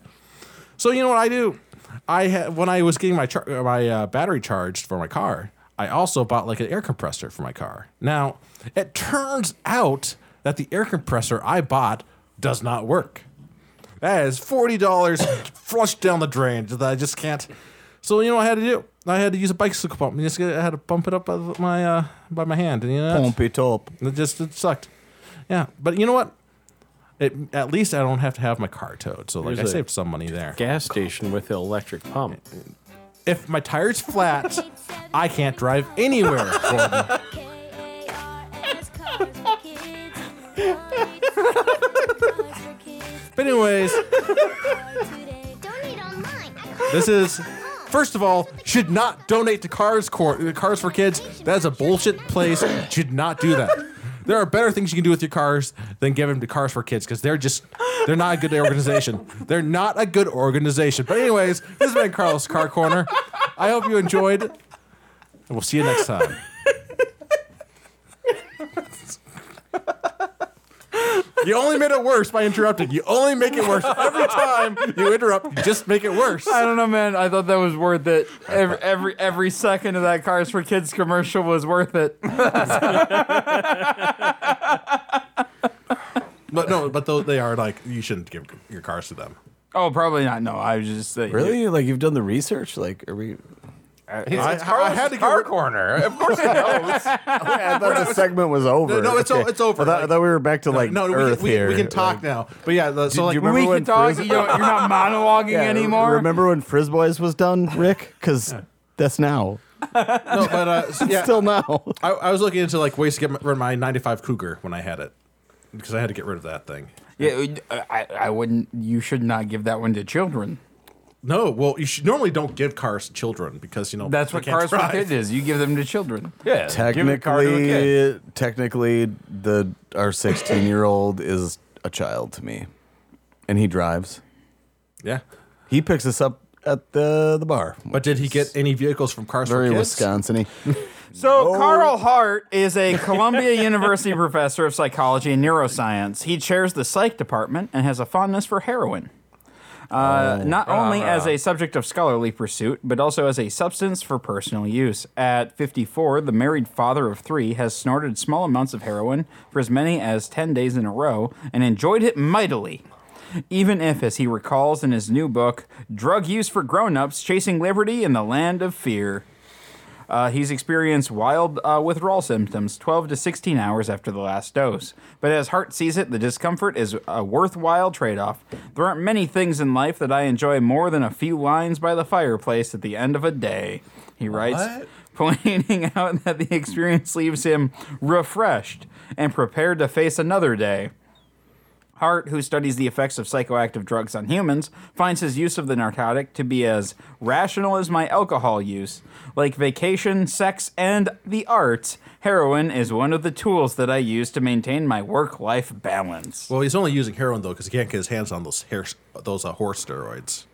[SPEAKER 3] So you know what I do? I ha- when I was getting my char- uh, my uh, battery charged for my car, I also bought like an air compressor for my car. Now it turns out that the air compressor I bought does not work. That is forty dollars flushed down the drain that I just can't. So you know what I had to do? I had to use a bicycle pump. Just get- I had to pump it up by the- my uh, by my hand, and you know that's-
[SPEAKER 6] Pump it up.
[SPEAKER 3] it just it sucked. Yeah, but you know what? It, at least I don't have to have my car towed, so like
[SPEAKER 5] There's
[SPEAKER 3] I
[SPEAKER 5] a
[SPEAKER 3] saved some money there.
[SPEAKER 5] Gas station with the electric pump.
[SPEAKER 3] If my tire's flat, I can't drive anywhere. Gordon. But anyways, this is first of all should not donate to Cars Court. Cars for Kids. That is a bullshit place. Should not do that. There are better things you can do with your cars than give them to Cars for Kids because they're just they're not a good organization. They're not a good organization. But anyways, this has been Carlos Car Corner. I hope you enjoyed, and we'll see you next time. You only made it worse by interrupting. You only make it worse every time you interrupt. You just make it worse.
[SPEAKER 2] I don't know, man. I thought that was worth it. Every every, every second of that Cars for Kids commercial was worth it.
[SPEAKER 3] But no, but though they are like you shouldn't give your cars to them.
[SPEAKER 2] Oh, probably not. No, I was just saying.
[SPEAKER 6] Really? Like you've done the research? Like are we?
[SPEAKER 4] He's,
[SPEAKER 3] I-
[SPEAKER 4] it's
[SPEAKER 3] I
[SPEAKER 4] Carlos
[SPEAKER 3] had to get
[SPEAKER 4] car
[SPEAKER 3] rid-
[SPEAKER 4] corner. Of course, he knows.
[SPEAKER 6] I thought the segment was over.
[SPEAKER 3] No, it's o- it's over,
[SPEAKER 6] I thought, I
[SPEAKER 3] like-
[SPEAKER 6] thought we were back to like
[SPEAKER 3] no,
[SPEAKER 6] Earth
[SPEAKER 3] we,
[SPEAKER 6] here.
[SPEAKER 3] we, we can talk
[SPEAKER 6] Like,
[SPEAKER 3] now. But yeah, the, so
[SPEAKER 6] do
[SPEAKER 3] like
[SPEAKER 6] you
[SPEAKER 2] we
[SPEAKER 6] remember
[SPEAKER 2] can
[SPEAKER 6] when
[SPEAKER 2] talk.
[SPEAKER 6] Frizz-
[SPEAKER 2] You don't, you're not monologuing
[SPEAKER 6] yeah,
[SPEAKER 2] anymore.
[SPEAKER 6] Remember when Frizzboys was done, Rick? Because that's now.
[SPEAKER 3] no, but uh, so, yeah,
[SPEAKER 6] Still now.
[SPEAKER 3] I, I was looking into like ways to get rid of my '95 Cougar when I had it because I had to get rid of that thing.
[SPEAKER 2] Yeah, uh, I, I wouldn't. You should not give that one to children.
[SPEAKER 3] No, well, you should, normally don't give cars to children because you know
[SPEAKER 2] That's
[SPEAKER 3] they
[SPEAKER 2] what
[SPEAKER 3] can't
[SPEAKER 2] Cars
[SPEAKER 3] drive.
[SPEAKER 2] for Kids is. You give them to children.
[SPEAKER 4] Yeah, give a car to a kid.
[SPEAKER 6] Technically, technically, the our 16 year old is a child to me, and he drives.
[SPEAKER 3] Yeah,
[SPEAKER 6] He picks us up at the the bar.
[SPEAKER 3] but did he get any vehicles from Cars
[SPEAKER 6] very
[SPEAKER 3] for Kids?
[SPEAKER 6] Wisconsin-y.
[SPEAKER 2] So Carl Hart is a Columbia University professor of psychology and neuroscience. He chairs the psych department and has a fondness for heroin. Uh, not only as a subject of scholarly pursuit, but also as a substance for personal use. At 54, the married father of three has snorted small amounts of heroin for as many as 10 days in a row and enjoyed it mightily. Even if, as he recalls in his new book, Drug Use for Grown Ups Chasing Liberty in the Land of Fear, uh, he's experienced wild uh, withdrawal symptoms 12 to 16 hours after the last dose. But as Hart sees it, the discomfort is a worthwhile trade off. There aren't many things in life that I enjoy more than a few lines by the fireplace at the end of a day, he writes, pointing out that the experience leaves him refreshed and prepared to face another day. Hart, who studies the effects of psychoactive drugs on humans, finds his use of the narcotic to be as rational as my alcohol use. Like vacation, sex, and the arts, heroin is one of the tools that I use to maintain my work life balance.
[SPEAKER 3] Well, he's only using heroin though because he can't get his hands on those hair those uh, horse steroids.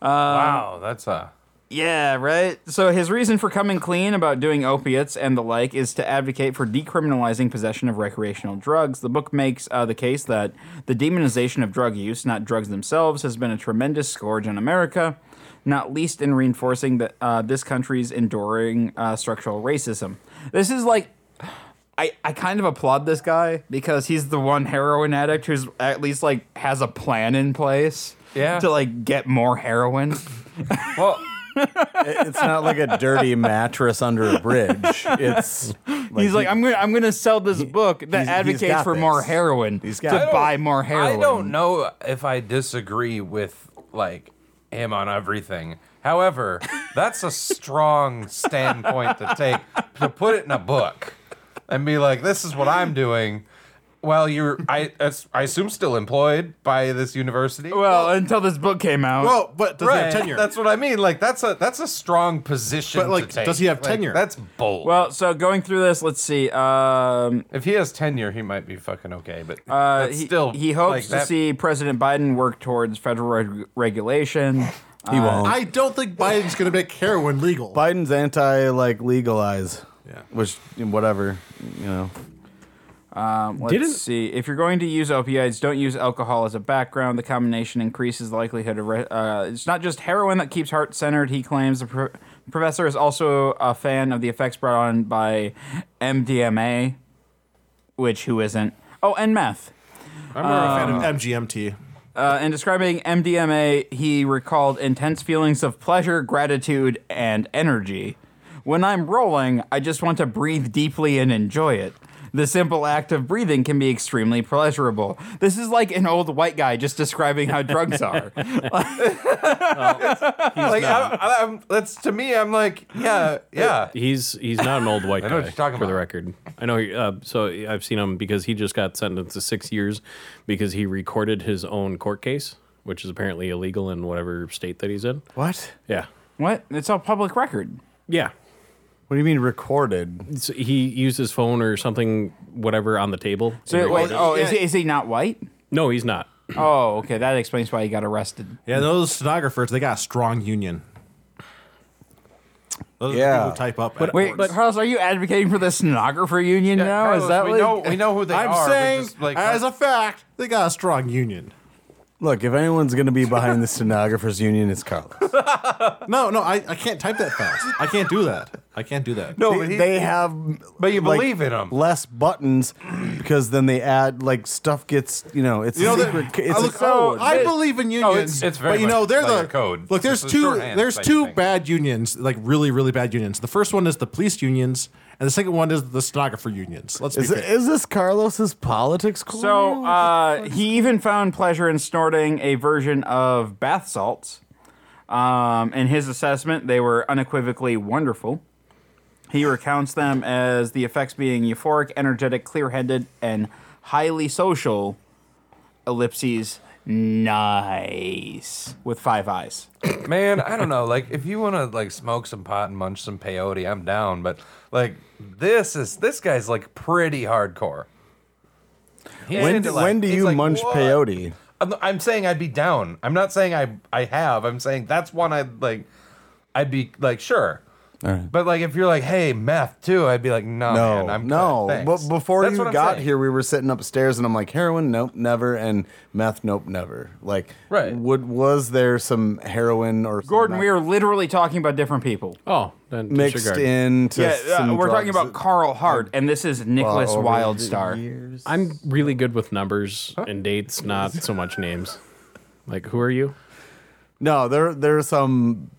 [SPEAKER 4] wow, that's a
[SPEAKER 2] Yeah, right? So his reason for coming clean about doing opiates and the like is to advocate for decriminalizing possession of recreational drugs. The book makes uh, the case that the demonization of drug use, not drugs themselves, has been a tremendous scourge on America, not least in reinforcing the, uh, this country's enduring uh, structural racism. This is like I, I kind of applaud this guy because he's the one heroin addict who's at least like has a plan in place
[SPEAKER 4] Yeah.
[SPEAKER 2] to like get more heroin.
[SPEAKER 4] well.
[SPEAKER 6] It- It's not like a dirty mattress under a bridge. It's like
[SPEAKER 2] he's like, I'm gonna I'm gonna sell this book that
[SPEAKER 6] he's- he's
[SPEAKER 2] advocates
[SPEAKER 6] got
[SPEAKER 2] for more
[SPEAKER 6] this.
[SPEAKER 2] heroin.
[SPEAKER 6] He's
[SPEAKER 2] to
[SPEAKER 6] got it.
[SPEAKER 2] buy more heroin.
[SPEAKER 4] I don't know if I disagree with like him on everything. However, that's a strong standpoint to take to put it in a book and be like, "This is what I'm doing." Well, you're I as- I assume still employed by this university.
[SPEAKER 2] Well, until this book came out.
[SPEAKER 3] Well, Oh, but does he
[SPEAKER 4] right.
[SPEAKER 3] have tenure?
[SPEAKER 4] That's what I mean. Like that's a that's a strong position.
[SPEAKER 3] But, like,
[SPEAKER 4] to take.
[SPEAKER 3] does he have
[SPEAKER 4] Like,
[SPEAKER 3] tenure?
[SPEAKER 4] That's bold.
[SPEAKER 2] well, so going through this, let's see. Um,
[SPEAKER 4] if he has tenure, he might be fucking okay. But
[SPEAKER 2] uh,
[SPEAKER 4] that's
[SPEAKER 2] he,
[SPEAKER 4] still
[SPEAKER 2] he
[SPEAKER 4] like,
[SPEAKER 2] hopes to
[SPEAKER 4] that-
[SPEAKER 2] see President Biden work towards federal reg- regulation.
[SPEAKER 6] he won't.
[SPEAKER 3] I don't think Biden's going to make heroin legal.
[SPEAKER 6] Biden's anti like legalize,
[SPEAKER 3] Yeah.
[SPEAKER 6] which whatever you know.
[SPEAKER 2] Um, let's
[SPEAKER 5] Didn't-
[SPEAKER 2] see. If you're going to use opioids, don't use alcohol as a background. The combination increases the likelihood of. Re- uh, it's not just heroin that keeps heart centered, he claims. The pro- professor is also a fan of the effects brought on by MDMA, which who isn't? Oh, and meth.
[SPEAKER 3] I'm more a fan of MGMT.
[SPEAKER 2] Uh, in describing MDMA, he recalled intense feelings of pleasure, gratitude, and energy. When I'm rolling, I just want to breathe deeply and enjoy it. The simple act of breathing can be extremely pleasurable. This is like an old white guy just describing how drugs are.
[SPEAKER 4] like, I, I, I'm, that's to me. I'm like, yeah, yeah.
[SPEAKER 5] He's he's not an old white guy.
[SPEAKER 4] know what you're talking
[SPEAKER 5] for the
[SPEAKER 4] about.
[SPEAKER 5] record, I know. He, uh, so I've seen him because he just got sentenced to six years because he recorded his own court case, which is apparently illegal in whatever state that he's in.
[SPEAKER 6] What?
[SPEAKER 5] Yeah,
[SPEAKER 2] what? It's all public record.
[SPEAKER 5] yeah.
[SPEAKER 6] What do you mean recorded?
[SPEAKER 5] So he used his phone or something, whatever, on the table.
[SPEAKER 2] So
[SPEAKER 5] and
[SPEAKER 2] wait,
[SPEAKER 5] recorded.
[SPEAKER 2] oh, is, he, is he not white?
[SPEAKER 5] no, he's not.
[SPEAKER 2] Oh, okay. That explains why he got arrested.
[SPEAKER 3] Yeah, those stenographers, they got a strong union. Those are
[SPEAKER 6] Yeah.
[SPEAKER 3] people who type up. at
[SPEAKER 2] Wait,
[SPEAKER 3] courts.
[SPEAKER 2] but Carlos, are you advocating for the stenographer union now? is
[SPEAKER 4] Carlos,
[SPEAKER 2] that
[SPEAKER 4] we
[SPEAKER 2] what?
[SPEAKER 4] know we know who they
[SPEAKER 3] I'm
[SPEAKER 4] are. we're
[SPEAKER 3] saying,
[SPEAKER 4] just, like,
[SPEAKER 3] as a fact, they got a strong union.
[SPEAKER 6] Look, if anyone's going to be behind the stenographers union, it's Carlos.
[SPEAKER 3] No, no, I, I can't type that fast. I can't do that. I can't do that.
[SPEAKER 4] no,
[SPEAKER 6] they,
[SPEAKER 4] but he-
[SPEAKER 6] they have
[SPEAKER 4] But you
[SPEAKER 6] like,
[SPEAKER 4] believe in 'em.
[SPEAKER 6] less buttons because then they add like stuff gets you know it's
[SPEAKER 3] You know,
[SPEAKER 6] a
[SPEAKER 3] that,
[SPEAKER 6] secret, it's
[SPEAKER 3] I,
[SPEAKER 6] a
[SPEAKER 3] look,
[SPEAKER 6] code.
[SPEAKER 3] oh, I believe in unions.
[SPEAKER 4] it's- it's very
[SPEAKER 3] but you know
[SPEAKER 4] much
[SPEAKER 3] they're
[SPEAKER 4] like
[SPEAKER 3] the
[SPEAKER 4] a code.
[SPEAKER 3] Look, there's
[SPEAKER 4] It's a
[SPEAKER 3] two
[SPEAKER 4] shorthand
[SPEAKER 3] there's
[SPEAKER 4] type
[SPEAKER 3] two
[SPEAKER 4] thing.
[SPEAKER 3] bad unions, like really really bad unions. The first one is the police unions, and the second one is the stenographer unions. Let's be
[SPEAKER 6] is,
[SPEAKER 3] fair.
[SPEAKER 6] is this Carlos's politics corner?
[SPEAKER 2] So uh, he even found pleasure in snorting a version of bath salts. Um, in his assessment, they were unequivocally wonderful. He recounts them as the effects being euphoric, energetic, clear headed, and highly social. Ellipses, nice. With five eyes.
[SPEAKER 4] man, I don't know. Like, if you want to like smoke some pot and munch some peyote, I'm down. But like, this is this guy's like pretty hardcore. He's
[SPEAKER 6] when,
[SPEAKER 4] into, like-
[SPEAKER 6] when do
[SPEAKER 4] he's
[SPEAKER 6] you
[SPEAKER 4] like,
[SPEAKER 6] munch
[SPEAKER 4] "What?"
[SPEAKER 6] peyote?
[SPEAKER 4] I'm, I'm saying I'd be down. I'm not saying I I have. I'm saying that's one I'd like. I'd be like sure. But like if you're like, hey, meth too, I'd be like, no,
[SPEAKER 6] No,
[SPEAKER 4] man, I'm
[SPEAKER 6] no.
[SPEAKER 4] good, thanks."
[SPEAKER 6] But before
[SPEAKER 4] That's what
[SPEAKER 6] you
[SPEAKER 4] I'm
[SPEAKER 6] got
[SPEAKER 4] saying.
[SPEAKER 6] here, we were sitting upstairs, and I'm like, heroin, nope, never, and meth, nope, never. Like,
[SPEAKER 4] Right.
[SPEAKER 6] Would was there some heroin or some
[SPEAKER 2] Gordon,
[SPEAKER 6] meth
[SPEAKER 2] we are literally talking about different people.
[SPEAKER 5] Oh, then
[SPEAKER 6] mixed
[SPEAKER 5] disregard.
[SPEAKER 6] into?
[SPEAKER 2] Yeah, uh,
[SPEAKER 6] some
[SPEAKER 2] we're talking
[SPEAKER 6] drugs
[SPEAKER 2] about Carl Hart, and this is Nicholas
[SPEAKER 6] Uh, over the
[SPEAKER 2] Wildstar.
[SPEAKER 6] years?
[SPEAKER 5] I'm really good with numbers and dates, not so much names. Like, who are you?
[SPEAKER 6] No, there there's some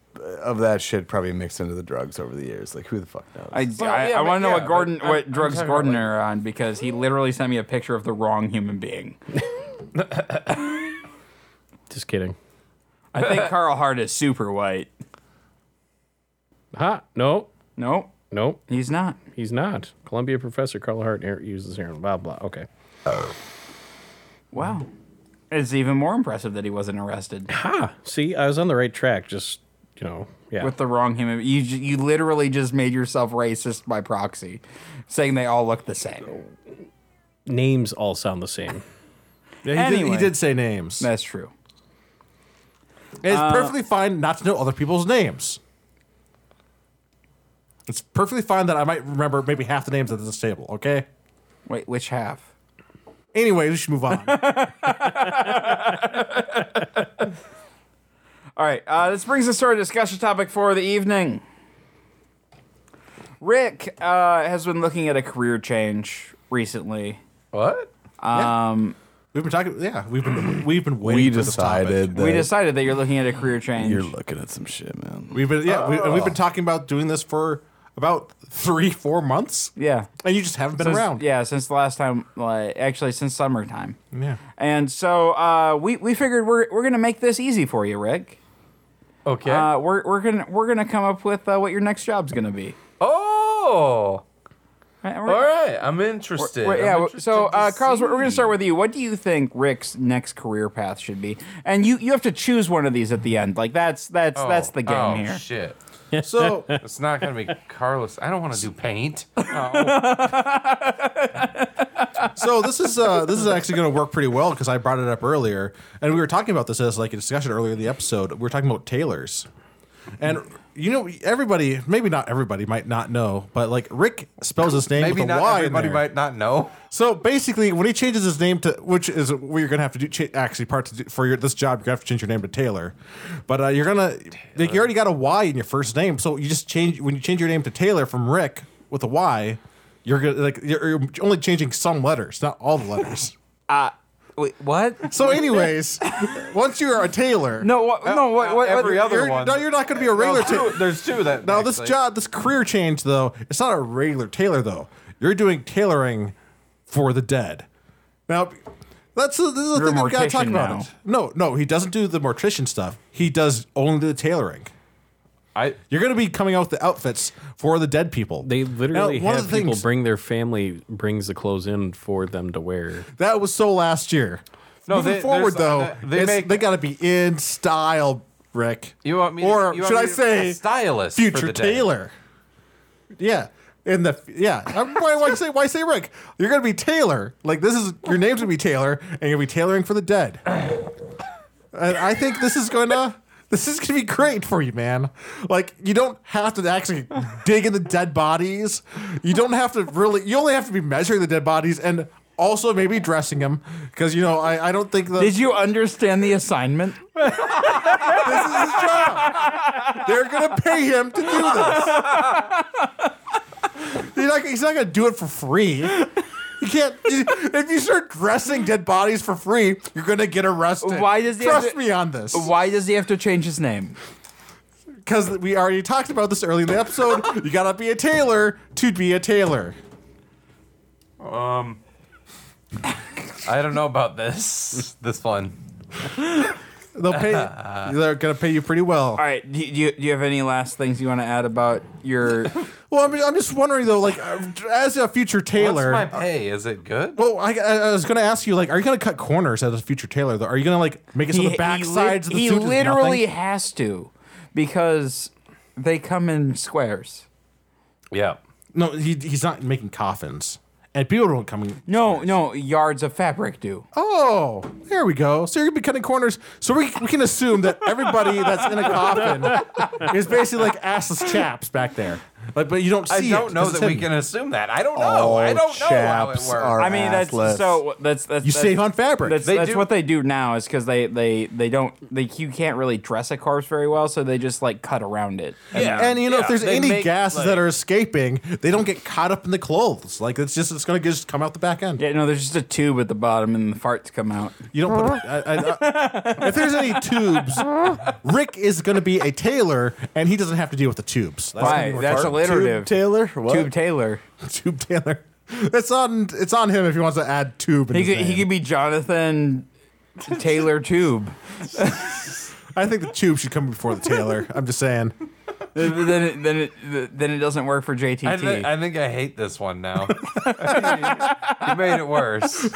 [SPEAKER 6] of that shit probably mixed into the drugs over the years. Like, who the fuck knows?
[SPEAKER 2] I,
[SPEAKER 4] Well,
[SPEAKER 2] I,
[SPEAKER 4] yeah,
[SPEAKER 2] I
[SPEAKER 4] but-
[SPEAKER 2] want to know
[SPEAKER 4] yeah,
[SPEAKER 2] what Gordon,
[SPEAKER 4] but I'm-
[SPEAKER 2] what
[SPEAKER 4] I'm
[SPEAKER 2] drugs
[SPEAKER 4] talking about,
[SPEAKER 2] Gordon
[SPEAKER 4] like-
[SPEAKER 2] are on because he literally sent me a picture of the wrong human being.
[SPEAKER 5] Just kidding.
[SPEAKER 2] I think Carl Hart is super white.
[SPEAKER 5] Ha! No,
[SPEAKER 2] Nope,
[SPEAKER 5] no,
[SPEAKER 2] he's not.
[SPEAKER 5] he's not. Columbia professor Carl Hart her- uses heroin. Blah blah. Okay.
[SPEAKER 2] Wow, it's even more impressive that he wasn't arrested
[SPEAKER 5] Ha! See, I was on the right track. Just you know, yeah.
[SPEAKER 2] with the wrong human. You ju- you literally just made yourself racist by proxy, saying they all look the same.
[SPEAKER 5] names all sound the same.
[SPEAKER 3] Yeah, he, did,
[SPEAKER 2] anyway.
[SPEAKER 3] he did say names.
[SPEAKER 2] That's true.
[SPEAKER 3] It's perfectly fine not to know other people's names. It's perfectly fine that I might remember maybe half the names at this table. Okay.
[SPEAKER 2] Wait, which half?
[SPEAKER 3] Anyway, we should move on.
[SPEAKER 2] All right, uh, this brings us to our discussion topic for the evening. Rick uh, has been looking at a career change recently.
[SPEAKER 4] what?
[SPEAKER 3] we've been talking. Yeah, we've been we've been waiting.
[SPEAKER 6] we
[SPEAKER 3] for this topic.
[SPEAKER 6] decided that
[SPEAKER 2] We decided that you're looking at a career change.
[SPEAKER 6] you're looking at some shit, man.
[SPEAKER 3] We've been yeah. We, and we've been talking about doing this for about three four months.
[SPEAKER 2] yeah.
[SPEAKER 3] And you just haven't been
[SPEAKER 2] Since-
[SPEAKER 3] around.
[SPEAKER 2] Yeah, since the last time, like, actually, since summertime.
[SPEAKER 3] Yeah.
[SPEAKER 2] And so uh, we, we figured we're, we're going to make this easy for you, Rick.
[SPEAKER 4] Okay.
[SPEAKER 2] Uh, we're we're going to we're gonna come up with uh, what your next job's going to be.
[SPEAKER 4] oh,
[SPEAKER 2] Right,
[SPEAKER 4] all
[SPEAKER 2] we're-
[SPEAKER 4] right. I'm interested.
[SPEAKER 2] we're-
[SPEAKER 4] I'm
[SPEAKER 2] yeah,
[SPEAKER 4] interested
[SPEAKER 2] so uh,
[SPEAKER 4] to
[SPEAKER 2] Carlos, we're, we're going to
[SPEAKER 4] see.
[SPEAKER 2] start with you. What do you think Rick's next career path should be? And you, you have to choose one of these at the end. Like that's that's
[SPEAKER 4] Oh,
[SPEAKER 2] that's the game
[SPEAKER 4] oh,
[SPEAKER 2] here.
[SPEAKER 4] Shit.
[SPEAKER 3] So
[SPEAKER 4] It's not gonna be Carlos. I don't want to do paint.
[SPEAKER 3] so this is uh, this is actually going to work pretty well because I brought it up earlier, and we were talking about this as like a discussion earlier in the episode. We were talking about tailors, and you know, everybody, maybe not everybody might not know, but like Rick spells his name
[SPEAKER 4] Maybe
[SPEAKER 3] with a
[SPEAKER 4] not
[SPEAKER 3] Y in
[SPEAKER 4] everybody
[SPEAKER 3] there.
[SPEAKER 4] might not know.
[SPEAKER 3] So basically, when he changes his name to, which is what you're gonna have to do, cha- actually, part to do, for your this job, you're gonna have to change your name to Taylor. But uh, you're gonna, like, you already got a Y in your first name, so you just change when you change your name to Taylor from Rick with a Y, you're gonna like you're, you're only changing some letters, not all the letters.
[SPEAKER 4] Wait, what?
[SPEAKER 3] so, anyways, once you are a Taylor,
[SPEAKER 2] No, what, no, what, what,
[SPEAKER 4] every
[SPEAKER 2] what-
[SPEAKER 4] other
[SPEAKER 3] you're,
[SPEAKER 4] one.
[SPEAKER 3] no, you're not gonna be a regular
[SPEAKER 4] There's two-
[SPEAKER 3] Taylor.
[SPEAKER 4] There's two that.
[SPEAKER 3] Now this
[SPEAKER 4] actually-
[SPEAKER 3] job, this career change though, it's not a regular tailor though. You're doing tailoring for the dead. Now that's the- this is the
[SPEAKER 2] You're a
[SPEAKER 3] thing we gotta talk
[SPEAKER 2] mortician
[SPEAKER 3] about.
[SPEAKER 2] now.
[SPEAKER 3] It. No, no, he doesn't do the mortician stuff. He does only the tailoring.
[SPEAKER 4] I
[SPEAKER 3] You're gonna be coming out with the outfits for the dead people.
[SPEAKER 5] They literally
[SPEAKER 3] Now, one of
[SPEAKER 5] have
[SPEAKER 3] the
[SPEAKER 5] people
[SPEAKER 3] things-
[SPEAKER 5] bring their family brings the clothes in for them to wear.
[SPEAKER 3] that was so last year.
[SPEAKER 4] No,
[SPEAKER 3] Moving
[SPEAKER 4] they-
[SPEAKER 3] forward
[SPEAKER 4] there's, uh,
[SPEAKER 3] though,
[SPEAKER 4] they
[SPEAKER 3] it's-
[SPEAKER 4] make-
[SPEAKER 3] they gotta be in style, Rick.
[SPEAKER 4] you want me? to-
[SPEAKER 3] or
[SPEAKER 4] you want
[SPEAKER 3] should
[SPEAKER 4] me
[SPEAKER 3] I
[SPEAKER 4] to-
[SPEAKER 3] say
[SPEAKER 4] a stylist? for
[SPEAKER 3] future
[SPEAKER 4] the day.
[SPEAKER 3] Taylor. Yeah, in the yeah. Um, why, why say why say Rick? You're gonna be Taylor. Like this is your name's gonna be Taylor, and you're gonna be tailoring for the dead. And I think this is gonna this is gonna be great for you, man. Like you don't have to actually dig in the dead bodies. You don't have to really. You only have to be measuring the dead bodies and. Also, maybe dressing them because you know I, I don't think the,
[SPEAKER 2] Did you understand the assignment?
[SPEAKER 3] this is his job. They're gonna pay him to do this. He's not, he's not gonna do it for free. You can't. you- if you start dressing dead bodies for free, you're gonna get arrested.
[SPEAKER 2] Why does he have
[SPEAKER 3] trust
[SPEAKER 2] to-
[SPEAKER 3] me on this?
[SPEAKER 2] Why does he have to change his name?
[SPEAKER 3] Because we already talked about this early in the episode. you gotta be a tailor to be a tailor.
[SPEAKER 4] I don't know about this. This one.
[SPEAKER 3] They'll pay. they're gonna pay you pretty well.
[SPEAKER 2] All right. Do, do, you, do you have any last things you want to add about your?
[SPEAKER 3] Well, I mean, I'm just wondering though, like uh, as a future tailor,
[SPEAKER 4] What's my pay? Is it good?
[SPEAKER 3] Well, I, I I was going to ask you, like, are you going to cut corners as a future Taylor? Though, are you going to like make it so the back
[SPEAKER 2] lit-
[SPEAKER 3] sides of the
[SPEAKER 2] he
[SPEAKER 3] suit is
[SPEAKER 2] literally
[SPEAKER 3] nothing?
[SPEAKER 2] has to, because they come in squares.
[SPEAKER 4] Yeah.
[SPEAKER 3] No, he, he's not making coffins, and people don't come. in-
[SPEAKER 2] No, no, yards of fabric do.
[SPEAKER 3] Oh, there we go. So you're gonna be cutting corners. So we, we can assume that everybody that's in a coffin is basically like assless chaps back there. Like, but you don't see.
[SPEAKER 4] I
[SPEAKER 3] it
[SPEAKER 4] don't know
[SPEAKER 3] 'cause it's
[SPEAKER 4] that we
[SPEAKER 3] hidden.
[SPEAKER 4] can assume that. I don't know.
[SPEAKER 6] All
[SPEAKER 4] I don't know how it
[SPEAKER 6] chaps
[SPEAKER 4] works.
[SPEAKER 6] are-
[SPEAKER 2] I mean, that's
[SPEAKER 6] Assless.
[SPEAKER 2] so. That's that's
[SPEAKER 3] You
[SPEAKER 2] that's,
[SPEAKER 3] save on fabric.
[SPEAKER 2] That's,
[SPEAKER 4] They
[SPEAKER 2] that's
[SPEAKER 4] do-
[SPEAKER 2] what they do now is because they they they don't they you can't really dress a corpse very well, so they just like cut around it.
[SPEAKER 4] Yeah.
[SPEAKER 3] And you know, if
[SPEAKER 4] Yeah,
[SPEAKER 3] there's
[SPEAKER 4] they
[SPEAKER 3] any
[SPEAKER 4] make,
[SPEAKER 3] gases
[SPEAKER 4] like-
[SPEAKER 3] that are escaping, they don't get caught up in the clothes. Like it's just it's gonna just come out the back end.
[SPEAKER 2] Yeah, no, there's just a tube at the bottom and the farts come out.
[SPEAKER 3] You don't put. I, I, I, if there's any tubes, Rick is going to be a tailor, and he doesn't have to deal with the tubes. That's
[SPEAKER 2] Why? That's alliterative.
[SPEAKER 6] Tube Taylor? What?
[SPEAKER 2] Tube Taylor.
[SPEAKER 3] tube tailor. It's on. It's on him if he wants to add tube. In
[SPEAKER 2] He
[SPEAKER 3] his
[SPEAKER 2] could, he
[SPEAKER 3] name.
[SPEAKER 2] could be Jonathan Taylor Tube.
[SPEAKER 3] I think the tube should come before the tailor. I'm just saying.
[SPEAKER 2] then then it, then it then it doesn't work for JTT.
[SPEAKER 4] I, thi- I think I hate this one now. you made it worse.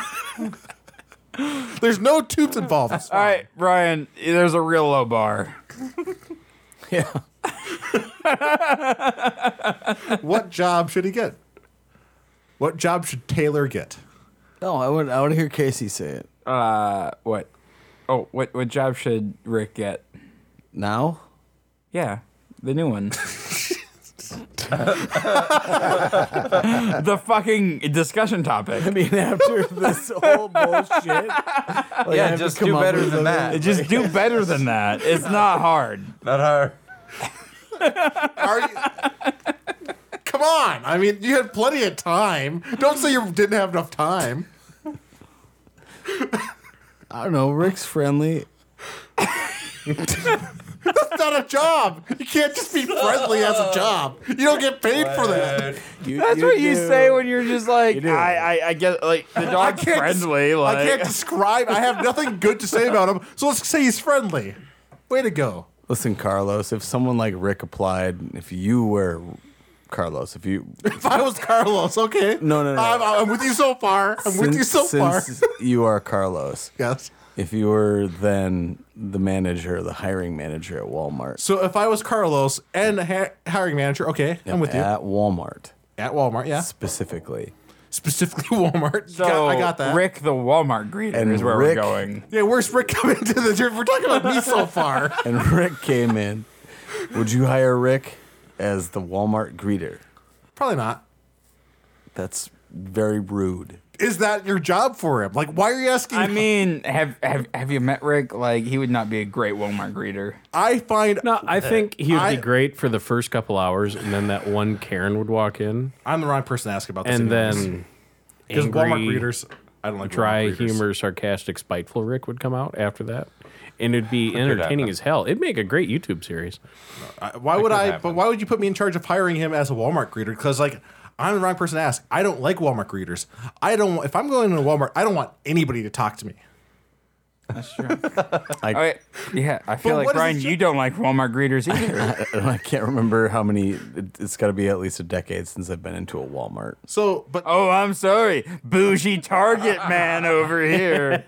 [SPEAKER 3] There's no tubes involved.
[SPEAKER 2] All right, Brian, there's a real low bar.
[SPEAKER 3] What job should he get? What job should Taylor get?
[SPEAKER 6] No, I want, I want to hear Casey say it.
[SPEAKER 2] Uh, what? Oh, what what job should Rick get?
[SPEAKER 6] Now?
[SPEAKER 2] Yeah, the new one. the fucking discussion topic.
[SPEAKER 6] I mean, after this whole bullshit.
[SPEAKER 4] yeah, just do better than that.
[SPEAKER 2] Just do better than that. It's not hard.
[SPEAKER 4] Not hard.
[SPEAKER 3] Are you? Come on! I mean, you had plenty of time. Don't say you didn't have enough time.
[SPEAKER 6] I don't know. Rick's friendly.
[SPEAKER 3] That's not a job. You can't just be friendly as a job. You don't get paid for that.
[SPEAKER 6] You,
[SPEAKER 2] That's what you
[SPEAKER 6] do.
[SPEAKER 2] say when you're just like,
[SPEAKER 6] do.
[SPEAKER 2] I, I, I get like the
[SPEAKER 3] I
[SPEAKER 2] dog's
[SPEAKER 3] can't
[SPEAKER 2] friendly.
[SPEAKER 3] des-
[SPEAKER 2] Like,
[SPEAKER 3] I can't describe. I have nothing good to say about him. So let's say he's friendly. Way to go.
[SPEAKER 6] Listen, Carlos, if someone like Rick applied, if you were Carlos, if you.
[SPEAKER 3] If I was Carlos, okay.
[SPEAKER 6] No, no, no.
[SPEAKER 3] I'm, I'm with you so far. I'm with you so far.
[SPEAKER 6] since you are Carlos,
[SPEAKER 3] Yes.
[SPEAKER 6] if you were then the manager, the hiring manager at Walmart,
[SPEAKER 3] So if I was Carlos and a ha- hiring manager, okay, I'm with you
[SPEAKER 6] at Walmart
[SPEAKER 3] at Walmart. Yeah,
[SPEAKER 6] specifically,
[SPEAKER 3] specifically Walmart.
[SPEAKER 2] So
[SPEAKER 3] Got- I got that.
[SPEAKER 2] Rick the Walmart greeter
[SPEAKER 6] And
[SPEAKER 2] is where
[SPEAKER 6] Rick-
[SPEAKER 2] we're going.
[SPEAKER 3] Yeah, where's Rick coming to the? We're talking about me so far.
[SPEAKER 6] and Rick came in Would you hire Rick as the Walmart greeter?
[SPEAKER 3] Probably not.
[SPEAKER 6] That's very rude.
[SPEAKER 3] Is that your job for him? Like, why are you asking?
[SPEAKER 2] I mean, have, have have you met Rick? Like, he would not be a great Walmart greeter.
[SPEAKER 3] I find
[SPEAKER 5] No, I think he would
[SPEAKER 3] I-
[SPEAKER 5] be great for the first couple hours, and then that one Karen would walk in,
[SPEAKER 3] I'm the wrong person to ask about this.
[SPEAKER 5] and
[SPEAKER 3] anyways.
[SPEAKER 5] then
[SPEAKER 3] because Walmart
[SPEAKER 5] angry,
[SPEAKER 3] readers, I don't like
[SPEAKER 5] dry,
[SPEAKER 3] Walmart greeters.
[SPEAKER 5] humor, sarcastic, spiteful Rick would come out after that, and it'd be entertaining
[SPEAKER 4] happen.
[SPEAKER 5] as hell. It'd make a great YouTube series.
[SPEAKER 3] I- Why would
[SPEAKER 4] could
[SPEAKER 3] I?
[SPEAKER 4] happen.
[SPEAKER 3] But why would you put me in charge of hiring him as a Walmart greeter? Because like. I'm the wrong person to ask. I don't like Walmart greeters. I don't. want- If I'm going to Walmart, I don't want anybody to talk to me.
[SPEAKER 2] That's true. I, Oh, yeah, I feel
[SPEAKER 3] But
[SPEAKER 2] like
[SPEAKER 3] what is
[SPEAKER 2] Brian,
[SPEAKER 3] this-
[SPEAKER 2] you don't like Walmart greeters either.
[SPEAKER 6] I, I can't remember how many. It, it's got to be at least a decade since I've been into a Walmart.
[SPEAKER 3] So, but
[SPEAKER 2] oh, I'm sorry, bougie Target man over here.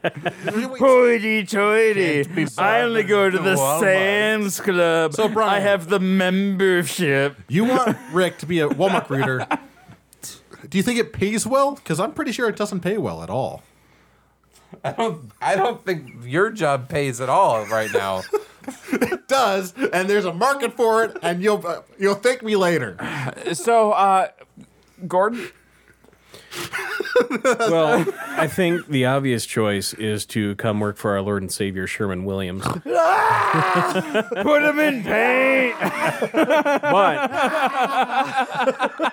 [SPEAKER 2] Hoity-toity! I only go to the
[SPEAKER 6] Walmart.
[SPEAKER 2] Sam's Club.
[SPEAKER 3] So, Brian-
[SPEAKER 2] I have the membership.
[SPEAKER 3] you want Rick to be a Walmart greeter? Do you think it pays well? Because I'm pretty sure it doesn't pay well at all.
[SPEAKER 4] I don't think your job pays at all right now.
[SPEAKER 3] does, and there's a market for it, and you'll uh, you'll thank me later.
[SPEAKER 2] So, uh, Gordon,
[SPEAKER 5] Well, I think the obvious choice is to come work for our Lord and Savior Sherman Williams.
[SPEAKER 2] put him in paint.
[SPEAKER 5] But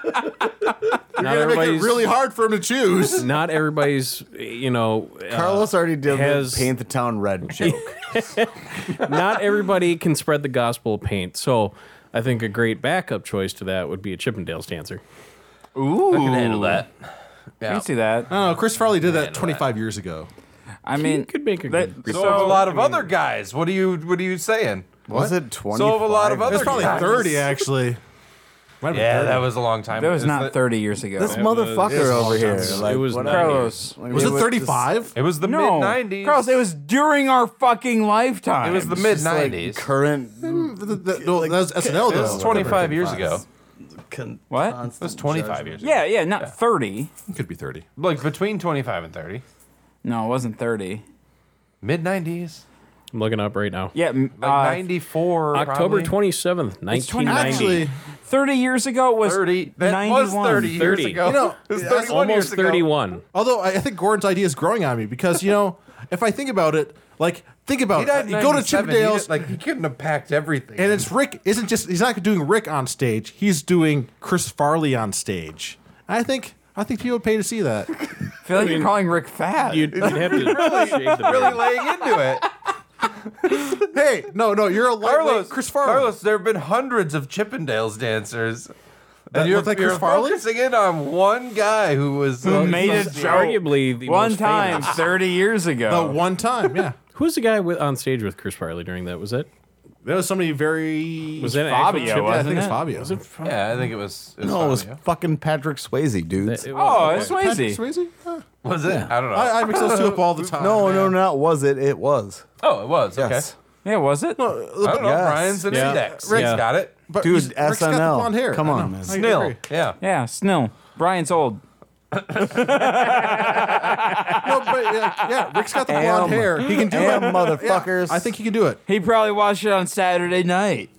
[SPEAKER 5] not
[SPEAKER 3] You're gonna make
[SPEAKER 5] everybody's
[SPEAKER 3] it really hard for him to choose.
[SPEAKER 5] not everybody's you know uh,
[SPEAKER 6] Carlos already did
[SPEAKER 5] has-
[SPEAKER 6] the paint the town red joke.
[SPEAKER 5] not everybody can spread the gospel of paint. So I think a great backup choice to that would be a Chippendales dancer.
[SPEAKER 2] Ooh,
[SPEAKER 4] Yeah.
[SPEAKER 2] I can see that.
[SPEAKER 3] Oh, Chris Farley did that 25 years ago.
[SPEAKER 2] I mean,
[SPEAKER 5] could make a
[SPEAKER 2] that-
[SPEAKER 5] good-
[SPEAKER 4] So have a lot of other guys. What are you What are you saying?
[SPEAKER 6] Was it twenty?
[SPEAKER 4] So have a lot of
[SPEAKER 3] It's
[SPEAKER 4] other
[SPEAKER 3] probably
[SPEAKER 4] guys.
[SPEAKER 3] 30 actually. Might have been
[SPEAKER 4] Yeah,
[SPEAKER 3] 30.
[SPEAKER 4] that was a long time.
[SPEAKER 2] That was
[SPEAKER 4] Is
[SPEAKER 2] not
[SPEAKER 4] that-
[SPEAKER 2] 30 years ago.
[SPEAKER 6] This motherfucker over here. Like,
[SPEAKER 5] It was
[SPEAKER 6] what
[SPEAKER 5] not-
[SPEAKER 6] I-
[SPEAKER 2] Carlos.
[SPEAKER 6] when
[SPEAKER 3] Was
[SPEAKER 6] he
[SPEAKER 3] it 35?
[SPEAKER 4] It was the
[SPEAKER 2] No.
[SPEAKER 4] mid '90s.
[SPEAKER 2] Carlos, it was during our fucking lifetime.
[SPEAKER 4] It was the mid
[SPEAKER 6] just, like,
[SPEAKER 4] '90s.
[SPEAKER 6] current
[SPEAKER 3] The- the- the- no, that was SNL
[SPEAKER 2] Oh,
[SPEAKER 4] It was
[SPEAKER 3] though.
[SPEAKER 4] 25 years ago.
[SPEAKER 6] con-
[SPEAKER 2] What?
[SPEAKER 4] It was 25 years ago.
[SPEAKER 2] Yeah, yeah, not 30.
[SPEAKER 3] Could be 30.
[SPEAKER 4] Like between 25 and 30.
[SPEAKER 2] No, it wasn't 30.
[SPEAKER 4] Mid 90s.
[SPEAKER 5] I'm looking up right now.
[SPEAKER 2] Yeah, m-
[SPEAKER 4] Like
[SPEAKER 2] uh,
[SPEAKER 4] 94.
[SPEAKER 5] October
[SPEAKER 4] probably.
[SPEAKER 5] twenty seventh, nineteen
[SPEAKER 2] 29.
[SPEAKER 5] ninety.
[SPEAKER 3] Actually,
[SPEAKER 2] 30 years ago was
[SPEAKER 4] 30. That
[SPEAKER 2] 91.
[SPEAKER 4] was 30, years
[SPEAKER 5] 30.
[SPEAKER 4] ago.
[SPEAKER 3] You know,
[SPEAKER 4] it was
[SPEAKER 3] that's
[SPEAKER 4] 31
[SPEAKER 5] Almost
[SPEAKER 4] years ago.
[SPEAKER 5] thirty one.
[SPEAKER 3] although I I think Gordon's idea is growing on me because you know, if I think about it, like think about
[SPEAKER 4] He
[SPEAKER 3] it.
[SPEAKER 4] died in
[SPEAKER 3] You go to
[SPEAKER 4] 97. He didn't-
[SPEAKER 3] Chippendales,
[SPEAKER 4] Like he couldn't have packed everything.
[SPEAKER 3] and it's Rick. Isn't just he's not doing Rick on stage. He's doing Chris Farley on stage. And I think I think people would pay to see that.
[SPEAKER 2] I feel like you're calling Rick fat.
[SPEAKER 5] You'd, you'd have to shave the
[SPEAKER 4] really
[SPEAKER 5] beard.
[SPEAKER 4] laying into it.
[SPEAKER 3] hey, no, no, you're a lightweight
[SPEAKER 4] Carlos,
[SPEAKER 3] Chris Farley.
[SPEAKER 4] Carlos, there have been hundreds of Chippendales dancers.
[SPEAKER 3] That
[SPEAKER 4] And you're,
[SPEAKER 3] looked like
[SPEAKER 4] you're
[SPEAKER 3] Chris Farley?
[SPEAKER 4] focusing in on one guy who was
[SPEAKER 2] Who
[SPEAKER 4] uh,
[SPEAKER 2] made a
[SPEAKER 4] some-
[SPEAKER 2] joke
[SPEAKER 5] Arguably the
[SPEAKER 2] one
[SPEAKER 5] most
[SPEAKER 2] time
[SPEAKER 5] famous.
[SPEAKER 2] 30 years
[SPEAKER 3] The
[SPEAKER 2] ago.
[SPEAKER 3] Uh, one time, yeah.
[SPEAKER 5] Who's the guy with, on stage with Chris Farley during that? Was that
[SPEAKER 3] There was somebody very.
[SPEAKER 5] was that an
[SPEAKER 2] Fabio,
[SPEAKER 3] Yeah,
[SPEAKER 5] actual
[SPEAKER 3] I
[SPEAKER 2] wasn't
[SPEAKER 3] think it's
[SPEAKER 2] it?
[SPEAKER 3] Fabio.
[SPEAKER 4] Yeah, I think it was. It was
[SPEAKER 6] No, it was
[SPEAKER 4] Fabio.
[SPEAKER 6] fucking Patrick Swayze, dude.
[SPEAKER 5] Chip- It
[SPEAKER 2] Oh,
[SPEAKER 5] was,
[SPEAKER 2] it's
[SPEAKER 3] Patrick
[SPEAKER 2] Swayze.
[SPEAKER 3] Swayze? Huh.
[SPEAKER 4] Was it? I don't know.
[SPEAKER 3] I, I mix those two up all the time.
[SPEAKER 6] no,
[SPEAKER 3] man.
[SPEAKER 6] no, not was it? It was.
[SPEAKER 4] oh, it was. Okay.
[SPEAKER 6] Yes.
[SPEAKER 2] Yeah, was it?
[SPEAKER 4] I don't know.
[SPEAKER 6] Yes.
[SPEAKER 4] Brian's an
[SPEAKER 5] Yeah.
[SPEAKER 4] index.
[SPEAKER 5] Rick-
[SPEAKER 4] Rick's got it.
[SPEAKER 3] But
[SPEAKER 6] Dude,
[SPEAKER 3] he's- Rick's got the
[SPEAKER 6] SNL.
[SPEAKER 3] blonde hair.
[SPEAKER 6] Come
[SPEAKER 3] I
[SPEAKER 6] on,
[SPEAKER 3] know.
[SPEAKER 6] man.
[SPEAKER 3] I
[SPEAKER 4] Nil.
[SPEAKER 3] agree.
[SPEAKER 4] Yeah.
[SPEAKER 2] Yeah, Snill. Brian's old.
[SPEAKER 3] No, but yeah, yeah, Rick's got the blonde hair. He can do
[SPEAKER 6] Damn,
[SPEAKER 3] it.
[SPEAKER 6] motherfuckers.
[SPEAKER 3] I think he can do it.
[SPEAKER 2] He probably watched it on Saturday night.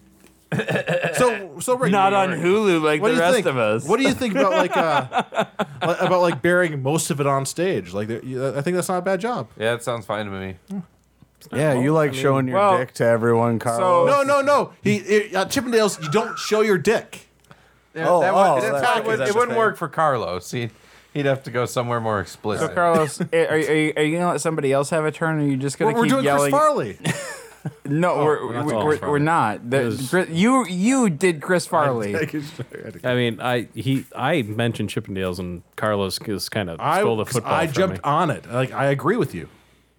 [SPEAKER 3] So, so Rick,
[SPEAKER 2] Not on Hulu like
[SPEAKER 3] What do
[SPEAKER 2] the
[SPEAKER 3] you
[SPEAKER 2] rest
[SPEAKER 3] think?
[SPEAKER 2] of us.
[SPEAKER 3] What do you think about like uh, li- about like bearing most of it on stage? Like, there- you- I think that's not a bad job.
[SPEAKER 4] Yeah, it sounds fine to me.
[SPEAKER 6] yeah, you like showing your
[SPEAKER 2] well,
[SPEAKER 6] dick to everyone, Carlos.
[SPEAKER 3] No, no, no. He it, uh, Chippendales. You don't show your dick.
[SPEAKER 4] Yeah,
[SPEAKER 6] Oh,
[SPEAKER 4] that would-
[SPEAKER 6] oh,
[SPEAKER 4] that's
[SPEAKER 6] that-
[SPEAKER 4] not-
[SPEAKER 6] okay,
[SPEAKER 4] it would-
[SPEAKER 6] that's
[SPEAKER 4] it
[SPEAKER 6] a
[SPEAKER 4] wouldn't
[SPEAKER 6] thing.
[SPEAKER 4] work for Carlos. He'd, he'd have to go somewhere more explicit.
[SPEAKER 2] So, Carlos, are, are, you, are you gonna let somebody else have a turn, or are you just gonna
[SPEAKER 3] We're, we're
[SPEAKER 2] keep
[SPEAKER 3] doing
[SPEAKER 2] yelling?
[SPEAKER 3] Chris Farley.
[SPEAKER 2] No, we're
[SPEAKER 4] we're not
[SPEAKER 2] we're,
[SPEAKER 4] doing
[SPEAKER 2] we're,
[SPEAKER 4] Chris
[SPEAKER 2] we're
[SPEAKER 4] Farley.
[SPEAKER 2] not. The- Chris- you you did Chris Farley.
[SPEAKER 5] I mean, I he I mentioned Chippendales and Carlos just kind of
[SPEAKER 3] I,
[SPEAKER 5] stole the football.
[SPEAKER 3] I
[SPEAKER 5] from
[SPEAKER 3] jumped
[SPEAKER 5] me.
[SPEAKER 3] on it. Like I agree with you.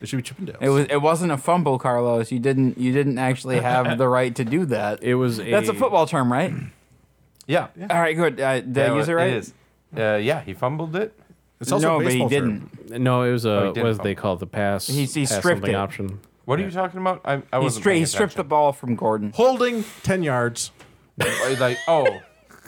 [SPEAKER 3] It should be Chippendales.
[SPEAKER 2] It was it wasn't a fumble, Carlos. You didn't you didn't actually have the right to do that.
[SPEAKER 5] It was
[SPEAKER 2] That's a football term, right?
[SPEAKER 4] yeah.
[SPEAKER 2] All right, good. Uh, did I
[SPEAKER 4] Yeah,
[SPEAKER 2] use it right?
[SPEAKER 4] It is. Uh, yeah, he fumbled it.
[SPEAKER 3] It's also
[SPEAKER 2] no,
[SPEAKER 3] a
[SPEAKER 2] but he
[SPEAKER 3] baseball term.
[SPEAKER 2] didn't.
[SPEAKER 5] No, it was a
[SPEAKER 4] he
[SPEAKER 5] what
[SPEAKER 4] did
[SPEAKER 5] was
[SPEAKER 4] fumble.
[SPEAKER 5] they called the pass.
[SPEAKER 2] Oh, He- he
[SPEAKER 5] pass
[SPEAKER 2] stripped
[SPEAKER 5] something
[SPEAKER 2] it.
[SPEAKER 5] option.
[SPEAKER 4] What are you talking about? I, I
[SPEAKER 2] He,
[SPEAKER 4] was
[SPEAKER 2] stra- he stripped the ball from Gordon.
[SPEAKER 3] Holding ten yards.
[SPEAKER 4] like oh,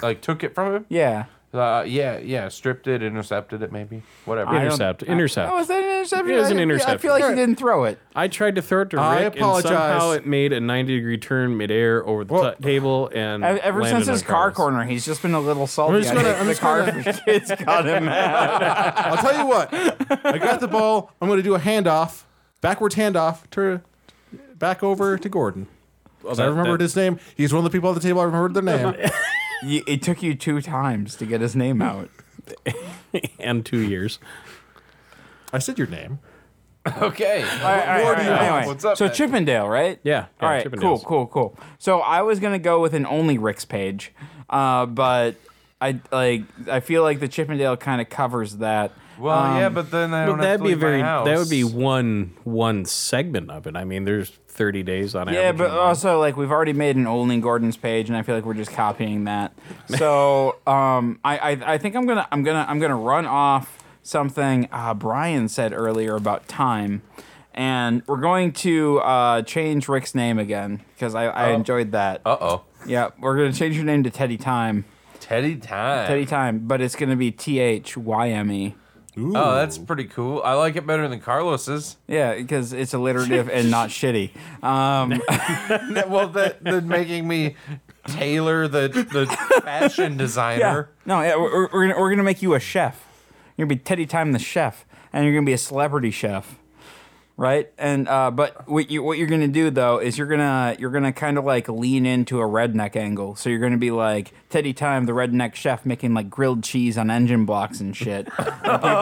[SPEAKER 4] like took it from him.
[SPEAKER 2] Yeah.
[SPEAKER 4] Uh, yeah, yeah. Stripped it, intercepted it, maybe. Whatever.
[SPEAKER 2] I don't-
[SPEAKER 5] Intercept, intercept.
[SPEAKER 2] Oh, is that an interception?
[SPEAKER 5] It is an
[SPEAKER 2] I- I
[SPEAKER 5] interception.
[SPEAKER 2] feel like he didn't throw it.
[SPEAKER 5] I tried to throw it to Rick,
[SPEAKER 3] I
[SPEAKER 5] and somehow
[SPEAKER 3] apologize.
[SPEAKER 5] it made a 90 degree turn midair over the
[SPEAKER 3] Well,
[SPEAKER 5] t- table. And
[SPEAKER 2] Ev- Ever
[SPEAKER 5] landed
[SPEAKER 2] since his
[SPEAKER 5] on
[SPEAKER 2] car
[SPEAKER 5] Carlos.
[SPEAKER 2] corner, he's just been a little salty.
[SPEAKER 3] just
[SPEAKER 2] I
[SPEAKER 3] gonna-
[SPEAKER 2] think
[SPEAKER 3] I'm
[SPEAKER 2] the
[SPEAKER 3] just
[SPEAKER 2] car
[SPEAKER 3] gonna-
[SPEAKER 2] it's got him mad.
[SPEAKER 3] I'll tell you what. I got the ball. I'm going to do a handoff, backwards handoff to back over to Gordon. 'Cause I
[SPEAKER 5] that-
[SPEAKER 3] remembered
[SPEAKER 5] that-
[SPEAKER 3] his name. He's one of the people at the table. I remembered their name.
[SPEAKER 2] You- It took you two times to get his name out.
[SPEAKER 5] and two years.
[SPEAKER 3] I said your name.
[SPEAKER 4] okay.
[SPEAKER 2] All right, all right, anyway,
[SPEAKER 4] What's up,
[SPEAKER 2] so
[SPEAKER 4] man?
[SPEAKER 2] Chippendale, right?
[SPEAKER 5] Yeah, yeah,
[SPEAKER 2] all right. Cool.
[SPEAKER 5] Chippendales.
[SPEAKER 2] Cool. Cool. So I was gonna go with an only Rick's page, uh, but I like I feel like the Chippendale kind of covers that.
[SPEAKER 4] Well,
[SPEAKER 2] Um,
[SPEAKER 4] yeah, but then I don't
[SPEAKER 5] But that'd
[SPEAKER 4] have to
[SPEAKER 5] be a
[SPEAKER 4] leave my
[SPEAKER 5] very
[SPEAKER 4] house.
[SPEAKER 5] that would be one one segment of it. I mean, there's 30 days on
[SPEAKER 2] Yeah,
[SPEAKER 5] average.
[SPEAKER 2] but also like we've already made an only Gordon's page, and I feel like we're just copying that. So um, I, I I think I'm gonna I'm gonna I'm gonna run off something uh, Brian said earlier about time, and we're going to uh, change Rick's name again because I, I enjoyed that.
[SPEAKER 4] Uh oh.
[SPEAKER 2] Yeah, we're gonna change your name to Teddy Time.
[SPEAKER 4] Teddy time.
[SPEAKER 2] Teddy Time, but it's gonna be T H Y M E.
[SPEAKER 4] Oh, that's pretty cool. I like it better than Carlos's.
[SPEAKER 2] Yeah, because it's alliterative and not shitty. Um,
[SPEAKER 4] well, that then making me tailor the the fashion designer.
[SPEAKER 2] Uh-huh. no, yeah, we're, we're, gonna, we're gonna make you a chef. You're gonna be Teddy Time the chef, and you're gonna be a celebrity chef, right? And uh, but what you what you're gonna do though is you're gonna you're gonna kind of like lean into a redneck angle. So you're gonna be like Teddy Time the redneck chef making like grilled cheese on engine blocks and shit.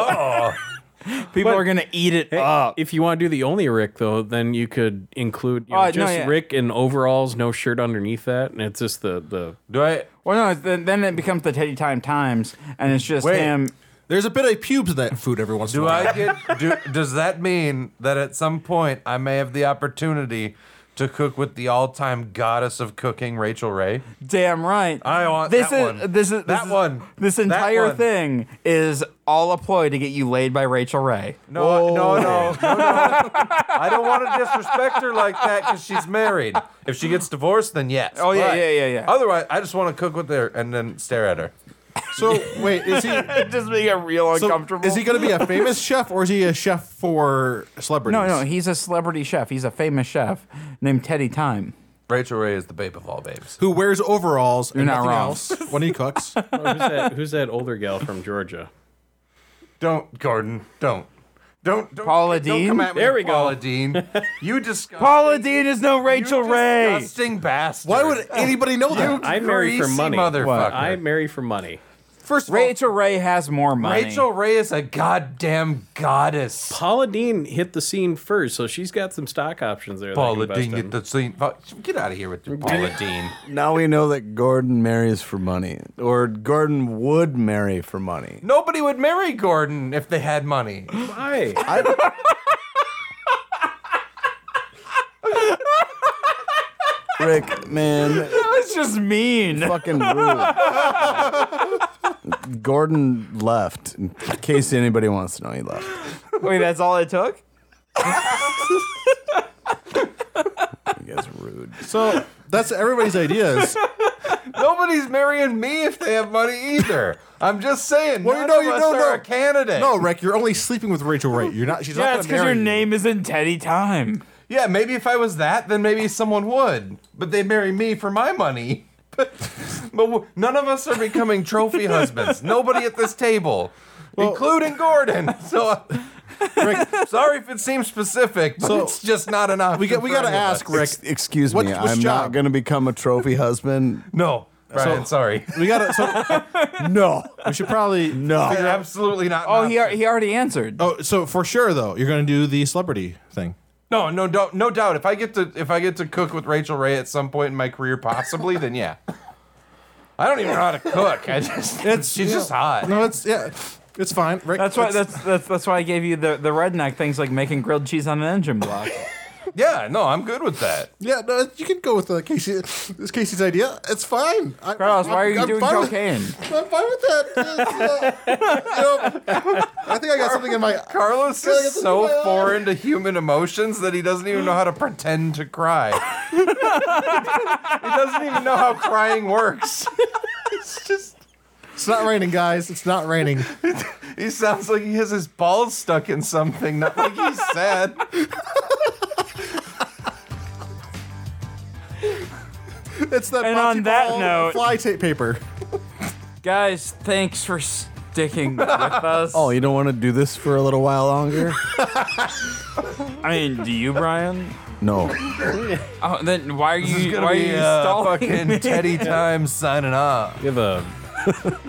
[SPEAKER 2] People are gonna eat it up.
[SPEAKER 4] uh,
[SPEAKER 5] if you want to do the only Rick though, then you could include you know,
[SPEAKER 4] Uh,
[SPEAKER 2] Oh, no,
[SPEAKER 5] just
[SPEAKER 2] yeah.
[SPEAKER 5] Rick in overalls, no shirt underneath that, and it's just the the
[SPEAKER 4] Do I?
[SPEAKER 2] Well, no, it's- then, then it becomes the Teddy Time Times, and it's just
[SPEAKER 3] Wait.
[SPEAKER 2] him.
[SPEAKER 3] There's a bit of pubes in that food every once in a
[SPEAKER 4] Do
[SPEAKER 3] while.
[SPEAKER 4] I get? Do, does that mean that at some point I may have the opportunity to cook with the all-time goddess of cooking, Rachel Ray?
[SPEAKER 2] Damn right.
[SPEAKER 4] I want
[SPEAKER 2] this
[SPEAKER 4] that
[SPEAKER 2] is,
[SPEAKER 4] one.
[SPEAKER 2] This is
[SPEAKER 4] That
[SPEAKER 2] this is-
[SPEAKER 4] one.
[SPEAKER 2] This
[SPEAKER 4] That
[SPEAKER 2] entire
[SPEAKER 4] one.
[SPEAKER 2] thing is all a ploy to get you laid by Rachel Ray.
[SPEAKER 4] No, I- no,
[SPEAKER 3] Oh.
[SPEAKER 4] no, no, no. I don't want to disrespect her like that because she's married. If she gets divorced, then yes.
[SPEAKER 2] Oh, yeah,
[SPEAKER 4] But
[SPEAKER 2] yeah, yeah, yeah.
[SPEAKER 4] Otherwise, I just want to cook with her and then stare at her.
[SPEAKER 3] So wait, is he?
[SPEAKER 2] Just being a real
[SPEAKER 3] So
[SPEAKER 2] uncomfortable.
[SPEAKER 3] is he going to be a famous chef or is he a chef for celebrities?
[SPEAKER 2] no, no, he's a celebrity chef. He's a famous chef named Teddy Time.
[SPEAKER 4] Rachel Ray is the babe of all babes.
[SPEAKER 3] Who wears overalls and
[SPEAKER 2] not
[SPEAKER 3] nothing
[SPEAKER 2] wrong.
[SPEAKER 3] else when he cooks?
[SPEAKER 5] oh, who's that who's that older gal from Georgia?
[SPEAKER 4] Don't, Gordon. Don't. Don't, don't,
[SPEAKER 2] Paula
[SPEAKER 4] don't
[SPEAKER 2] Dean?
[SPEAKER 4] Come at me
[SPEAKER 5] There
[SPEAKER 4] with
[SPEAKER 5] we go.
[SPEAKER 4] Paula Dean. You disgust.
[SPEAKER 2] Paula Dean is no
[SPEAKER 4] Uh, you
[SPEAKER 2] Rachel Ray.
[SPEAKER 4] Disgusting bastard.
[SPEAKER 3] Why would anybody know that?
[SPEAKER 5] I marry for
[SPEAKER 4] Greasy
[SPEAKER 5] money.
[SPEAKER 4] motherfucker.
[SPEAKER 5] I marry for money.
[SPEAKER 3] First of all,
[SPEAKER 2] Rachel Ray has more money.
[SPEAKER 4] Rachel Ray is a goddamn goddess.
[SPEAKER 5] Paula Dean hit the scene first, so she's got some stock options there. that I can
[SPEAKER 4] Paula
[SPEAKER 5] invest
[SPEAKER 4] Dean,
[SPEAKER 5] in.
[SPEAKER 4] get the scene. Get out of here with your Paula Dean.
[SPEAKER 6] Now we know that Gordon marries for money, or Gordon would marry for money.
[SPEAKER 4] Nobody would marry Gordon if they had money.
[SPEAKER 5] Why?
[SPEAKER 6] Rick, man,
[SPEAKER 2] That's just mean.
[SPEAKER 6] fucking rude. Gordon left. In case anybody wants to know, he left.
[SPEAKER 2] Wait, that's all it took.
[SPEAKER 6] You guys are rude.
[SPEAKER 3] so that's everybody's ideas.
[SPEAKER 4] Nobody's marrying me if they have money either. I'm just saying.
[SPEAKER 3] Well,
[SPEAKER 4] none
[SPEAKER 3] no,
[SPEAKER 4] of
[SPEAKER 3] you
[SPEAKER 4] us
[SPEAKER 3] don't
[SPEAKER 4] are
[SPEAKER 3] know.
[SPEAKER 4] a candidate.
[SPEAKER 3] No, Rick, you're only sleeping with Rachel Ray. You're not. She's
[SPEAKER 2] Yeah,
[SPEAKER 3] not
[SPEAKER 2] it's
[SPEAKER 3] going
[SPEAKER 2] because
[SPEAKER 3] to marry
[SPEAKER 2] your
[SPEAKER 3] you.
[SPEAKER 2] name isn't Teddy Time.
[SPEAKER 4] Yeah, maybe if I was that, then maybe someone would. But they marry me for my money. but w- none of us are becoming trophy husbands. Nobody at this table, including Gordon. So. Rick, sorry if it seems specific, but
[SPEAKER 3] So-
[SPEAKER 4] it's just not an option.
[SPEAKER 3] We got. We
[SPEAKER 4] for
[SPEAKER 3] got to
[SPEAKER 4] any of
[SPEAKER 3] ask
[SPEAKER 4] us.
[SPEAKER 3] Rick.
[SPEAKER 6] Ex- excuse
[SPEAKER 3] What-
[SPEAKER 6] me,
[SPEAKER 3] what's
[SPEAKER 6] I'm not
[SPEAKER 3] job?
[SPEAKER 6] going to become a trophy husband.
[SPEAKER 4] No, Brian, sorry.
[SPEAKER 3] We got to. So
[SPEAKER 6] No,
[SPEAKER 3] we should probably
[SPEAKER 6] no.
[SPEAKER 4] Absolutely not. an
[SPEAKER 2] Oh, he,
[SPEAKER 4] option.
[SPEAKER 2] ar- he already answered.
[SPEAKER 3] Oh, so for sure though, you're going to do the celebrity thing.
[SPEAKER 4] No, no doubt, no doubt. If I get to if I get to cook with Rachel Ray at some point in my career, possibly, then yeah. I don't even know how to cook. I just she's just hot.
[SPEAKER 3] No, it's yeah, it's fine. Rick,
[SPEAKER 2] That's why
[SPEAKER 3] it's-
[SPEAKER 2] that's, that's that's why I gave you the, the redneck things like making grilled cheese on an engine block.
[SPEAKER 4] Yeah, no, I'm good with that.
[SPEAKER 3] Yeah, no, you can go with uh, Casey. It's Casey's idea. It's fine. I,
[SPEAKER 2] Carlos, why are you
[SPEAKER 3] I'm
[SPEAKER 2] doing
[SPEAKER 3] fine
[SPEAKER 2] cocaine?
[SPEAKER 3] With, I'm fine with that. It's, uh, you know, I think I got something in my.
[SPEAKER 4] Carlos
[SPEAKER 3] Gotta get
[SPEAKER 4] is
[SPEAKER 3] the-
[SPEAKER 4] so foreign to human emotions that he doesn't even know how to pretend to cry. he doesn't even know how crying works. It's just
[SPEAKER 3] It's not raining, guys. It's not raining.
[SPEAKER 4] He sounds like he has his balls stuck in something, not like he's sad.
[SPEAKER 3] It's that
[SPEAKER 2] And
[SPEAKER 3] Monty
[SPEAKER 2] on that
[SPEAKER 3] Ball
[SPEAKER 2] note-
[SPEAKER 3] fly tape paper.
[SPEAKER 2] Guys, thanks for sticking with us.
[SPEAKER 6] Oh, you don't want to do this for a little while longer?
[SPEAKER 2] I mean, do you, Brian?
[SPEAKER 6] No.
[SPEAKER 2] Oh, then why are you
[SPEAKER 4] gonna
[SPEAKER 2] why are
[SPEAKER 4] be,
[SPEAKER 2] you
[SPEAKER 4] uh,
[SPEAKER 2] stalling?
[SPEAKER 4] fucking Teddy Time signing off.
[SPEAKER 5] We have a.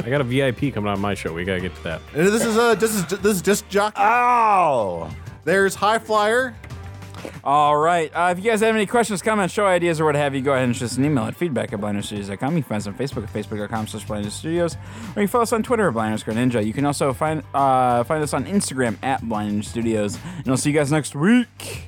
[SPEAKER 5] I got a VIP coming on my show. We gotta get to that.
[SPEAKER 3] And this is uh this is this is just jockey.
[SPEAKER 6] Ow!
[SPEAKER 3] There's high flyer.
[SPEAKER 2] All right. Uh, if you guys have any questions, comments, show ideas, or what have you, go ahead and shoot us an email at feedback at blinderstudios.com. You can find us on Facebook at facebook.com slash blinderstudios. Or you can follow us on Twitter at blinderscoreninja. You can also find uh, find us on Instagram at blinderstudios. And I'll see you guys next week.